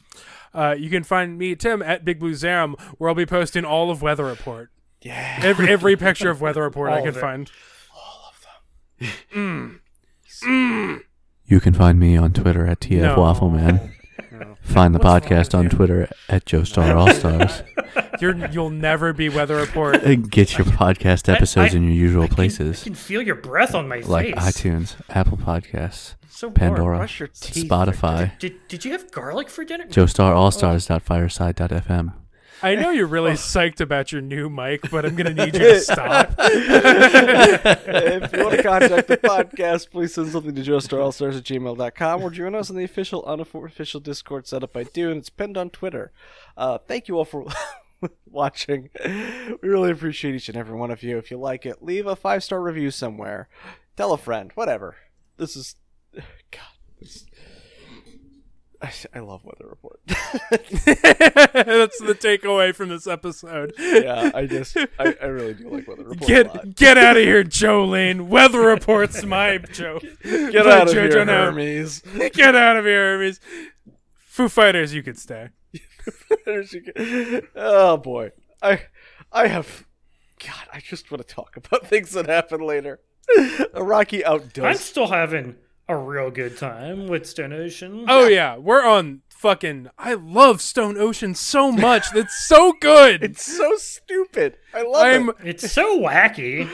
Speaker 2: Uh, you can find me Tim at Big Blue Zerum, where I'll be posting all of Weather Report. Yeah, every every picture of Weather Report I
Speaker 4: All
Speaker 2: can
Speaker 4: of it.
Speaker 2: find.
Speaker 8: You can find me on Twitter at TF
Speaker 2: No.
Speaker 8: Waffleman. Find the podcast on Twitter at Joe Star All Stars.
Speaker 2: You're, you'll never be Weather Report.
Speaker 8: and Uh, get your podcast episodes in your usual places
Speaker 4: I can feel your breath on my face.
Speaker 8: like iTunes, Apple Podcasts,
Speaker 4: So warm.
Speaker 8: Pandora,
Speaker 1: Brush your teeth,
Speaker 8: Spotify,
Speaker 4: Did, did you have garlic for dinner?
Speaker 8: joestarallstars.fireside.fm.
Speaker 2: I know you're really psyched about your new mic, but I'm gonna need you to stop.
Speaker 1: if you want to contact the podcast, please send something to joestarallstars at gmail.com or join us on the official, unofficial Discord set up by Dune. It's pinned on Twitter. Uh, thank you all for watching. We really appreciate each and every one of you. If you like it, leave a five star review somewhere. Tell a friend, whatever. This is. God. This... I, I love Weather Report.
Speaker 2: That's the takeaway from this episode.
Speaker 1: yeah, I just I, I really do like Weather Report a lot.
Speaker 2: Get get out of here, Jolene. Weather reports my joke.
Speaker 1: Get
Speaker 2: by
Speaker 1: out of
Speaker 2: Jojo
Speaker 1: here,
Speaker 2: Now.
Speaker 1: Hermes.
Speaker 2: Get out of here, Hermes. Foo Fighters, you could stay.
Speaker 1: There's you go. oh boy, I I have God. I just want to talk about things that happen later. Rocky
Speaker 4: I'm
Speaker 1: outdoes.
Speaker 4: still having a real good time with Stone Ocean.
Speaker 2: Oh yeah, we're on fucking I love Stone Ocean so much. That's so good.
Speaker 1: It's so stupid. I love
Speaker 2: I'm
Speaker 1: it.
Speaker 4: It's so wacky.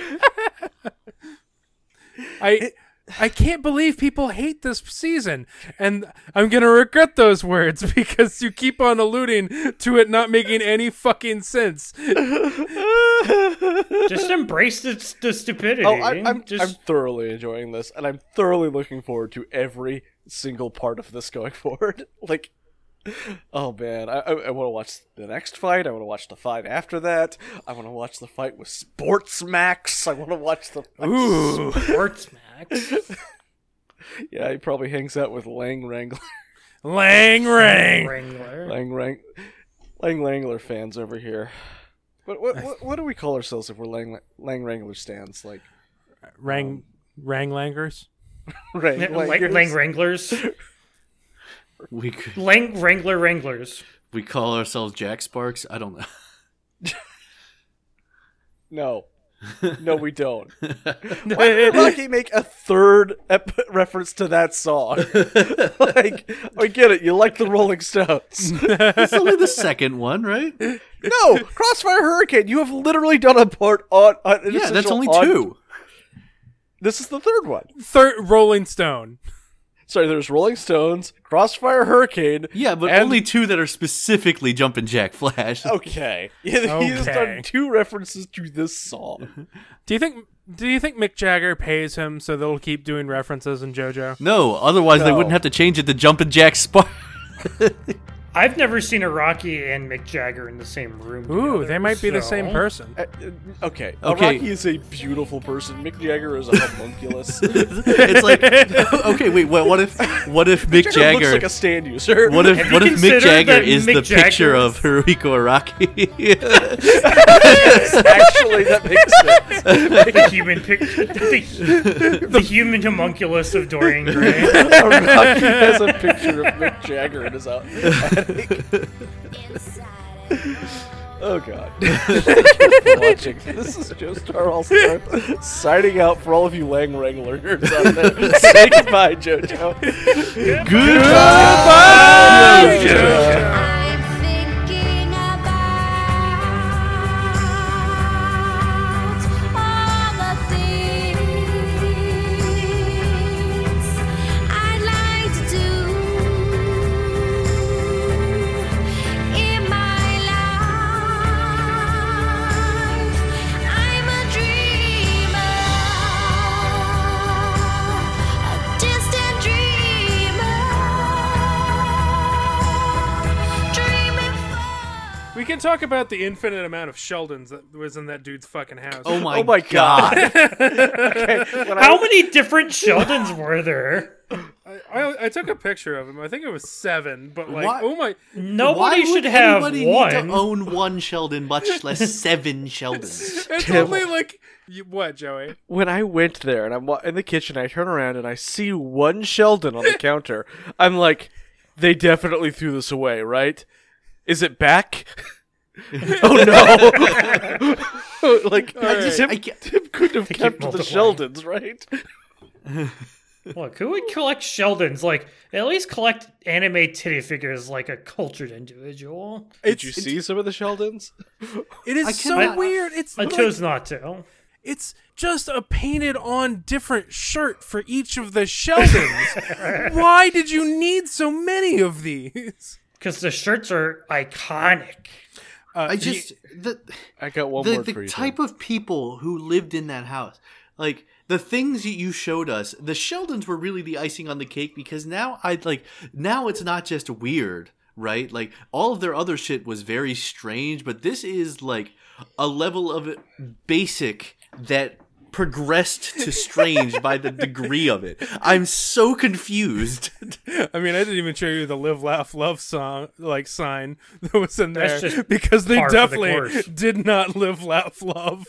Speaker 2: I I can't believe people hate this season, and I'm gonna regret those words because you keep on alluding to it not making any fucking sense.
Speaker 4: Just embrace the, the stupidity.
Speaker 1: Oh, I, I'm
Speaker 4: Just
Speaker 1: I'm thoroughly enjoying this, and I'm thoroughly looking forward to every single part of this going forward. like, oh man, I I, I want to watch the next fight. I want to watch the fight after that. I want to watch the fight with Sports Max. I want to watch the
Speaker 2: Ooh.
Speaker 4: sports max.
Speaker 1: yeah. He probably hangs out with Lang Wrangler.
Speaker 2: Lang Rang.
Speaker 4: Wrangler.
Speaker 1: Lang Rang, Lang Wrangler fans over here. What what, what what do we call ourselves if we're Lang Lang Wrangler stands like?
Speaker 2: Rang Rang Langers.
Speaker 1: Right,
Speaker 4: Lang, Lang Wranglers.
Speaker 3: We could,
Speaker 4: Lang Wrangler Wranglers.
Speaker 3: we call ourselves Jack Sparks. I don't know.
Speaker 1: No. No, we don't. Why did Rocky make a third ep- reference to that song? like, I get it. You like the Rolling Stones.
Speaker 3: It's only the second one, right? Yeah,
Speaker 1: no, Crossfire Hurricane. You have literally done a part on. on an
Speaker 3: that's
Speaker 1: essential
Speaker 3: only
Speaker 1: on-
Speaker 3: two.
Speaker 1: This is the third one.
Speaker 2: Third Rolling Stone.
Speaker 1: Sorry, there's Rolling Stones, Crossfire Hurricane.
Speaker 3: Yeah, but
Speaker 1: and-
Speaker 3: only two that are specifically Jumpin' Jack Flash.
Speaker 4: Oh,
Speaker 1: Okay. Yeah, He's
Speaker 2: Okay.
Speaker 1: done two references to this
Speaker 3: Mm-hmm.
Speaker 1: song.
Speaker 2: Do you think do you think Mick Jagger pays him so they'll keep doing references in JoJo?
Speaker 3: No, otherwise they
Speaker 1: No.
Speaker 3: wouldn't have to change it to Jumpin' Jack Sparks.
Speaker 4: I've never seen a Rocky and Mick Jagger in the same room.
Speaker 2: Ooh,
Speaker 4: together,
Speaker 2: they might be the
Speaker 4: so-
Speaker 2: same person.
Speaker 1: Uh, uh, okay.
Speaker 3: Okay.
Speaker 1: Rocky is a beautiful person. Mick Jagger is a homunculus.
Speaker 3: it's like, okay, wait, what, what if, what if Mick
Speaker 1: Jagger looks
Speaker 3: Jagger?
Speaker 1: like a stand user.
Speaker 3: What if
Speaker 4: Have you
Speaker 3: what if Mick
Speaker 4: considered
Speaker 3: Jagger
Speaker 4: that
Speaker 3: is
Speaker 4: Mick
Speaker 3: the
Speaker 4: Jagger
Speaker 3: picture
Speaker 4: is-
Speaker 3: of Haruiko Araki?
Speaker 1: Actually, that makes sense.
Speaker 4: the human pic- the, the human homunculus of Dorian Gray.
Speaker 1: Rocky has a picture of Mick Jagger in his out. oh god. Thank you for watching. This is Joe Star All Star signing out for all of you Lang Wranglers out there. Say goodbye, JoJo.
Speaker 4: Oh,
Speaker 3: Goodbye,
Speaker 1: JoJo.
Speaker 6: I'm thinking about all the things I'd like to do in my life. I'm a dreamer, a distant dreamer, dreaming for.
Speaker 2: We can talk about the infinite amount of Sheldons that was in that dude's fucking house.
Speaker 3: Oh my,
Speaker 1: Oh my god.
Speaker 4: How many different Sheldons were there?
Speaker 2: I, I took a picture of him. I think it was seven, but like,
Speaker 3: What?
Speaker 2: oh my,
Speaker 4: Nobody
Speaker 3: Why
Speaker 4: should
Speaker 3: would
Speaker 4: have
Speaker 3: anybody
Speaker 4: one.
Speaker 3: need to own one Sheldon, much less seven Sheldons?
Speaker 2: it's
Speaker 1: Terrible.
Speaker 2: only like you, what, Joey?
Speaker 1: when I went there and I'm wa- in the kitchen, I turn around and I see one Sheldon on the counter. I'm like, they definitely threw this away, right? Is it back? oh no! like
Speaker 2: right.
Speaker 1: Tim,
Speaker 3: I can't-
Speaker 1: Tim couldn't have kept the
Speaker 4: multiplying.
Speaker 1: Sheldons, right?
Speaker 4: Look, who would collect Sheldons? Like, at least collect anime titty figures like a cultured individual.
Speaker 1: Did you see some of the Sheldons?
Speaker 2: It is so
Speaker 4: cannot-
Speaker 2: weird. It's
Speaker 4: I
Speaker 2: like,
Speaker 4: chose not to.
Speaker 2: it's just a painted on different shirt for each of the Sheldons. Why did you need so many of these?
Speaker 4: Because the shirts are iconic.
Speaker 2: Uh,
Speaker 3: I just the
Speaker 1: I got one
Speaker 3: the,
Speaker 1: word for
Speaker 3: the
Speaker 1: you.
Speaker 3: type of people who lived in that house, like the things that you showed us. The Sheldons were really the icing on the cake because now I'd like now it's not just weird, right? Like all of their other shit was very strange, but this is like a level of basic that progressed to strange by the degree of it. I'm so confused.
Speaker 2: I mean, I didn't even show you the "Live, Laugh, Love" song like sign that was in there
Speaker 4: That's just
Speaker 2: because they
Speaker 4: par for the
Speaker 2: definitely
Speaker 4: course.
Speaker 2: did not live, laugh, love.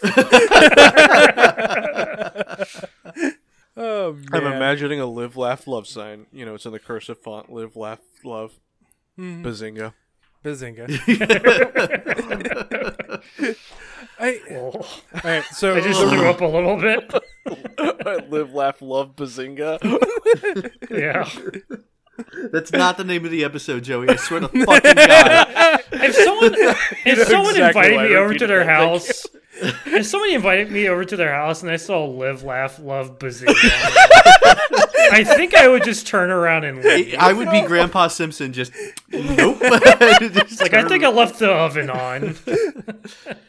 Speaker 2: oh man!
Speaker 1: I'm imagining a live, laugh, love sign. You know, it's in the cursive font. Live, laugh, love. Bazinga.
Speaker 2: Bazinga. I,
Speaker 4: Oh,
Speaker 2: all right, so
Speaker 4: I just threw up a little bit.
Speaker 1: live, laugh, love, bazinga.
Speaker 4: Yeah.
Speaker 3: That's not the name of the episode, Joey. I swear to fucking God.
Speaker 4: If someone if someone
Speaker 1: exactly why
Speaker 4: invited me
Speaker 1: I
Speaker 4: over to
Speaker 1: repeated
Speaker 4: their
Speaker 1: that, thank
Speaker 4: house, if somebody invited me over to their house and I saw "Live, Laugh, Love, Bazooka," I think I would just turn around and leave.
Speaker 3: I would be Grandpa Simpson. Just nope. Just
Speaker 4: Like I
Speaker 3: turn
Speaker 4: think I left the oven on.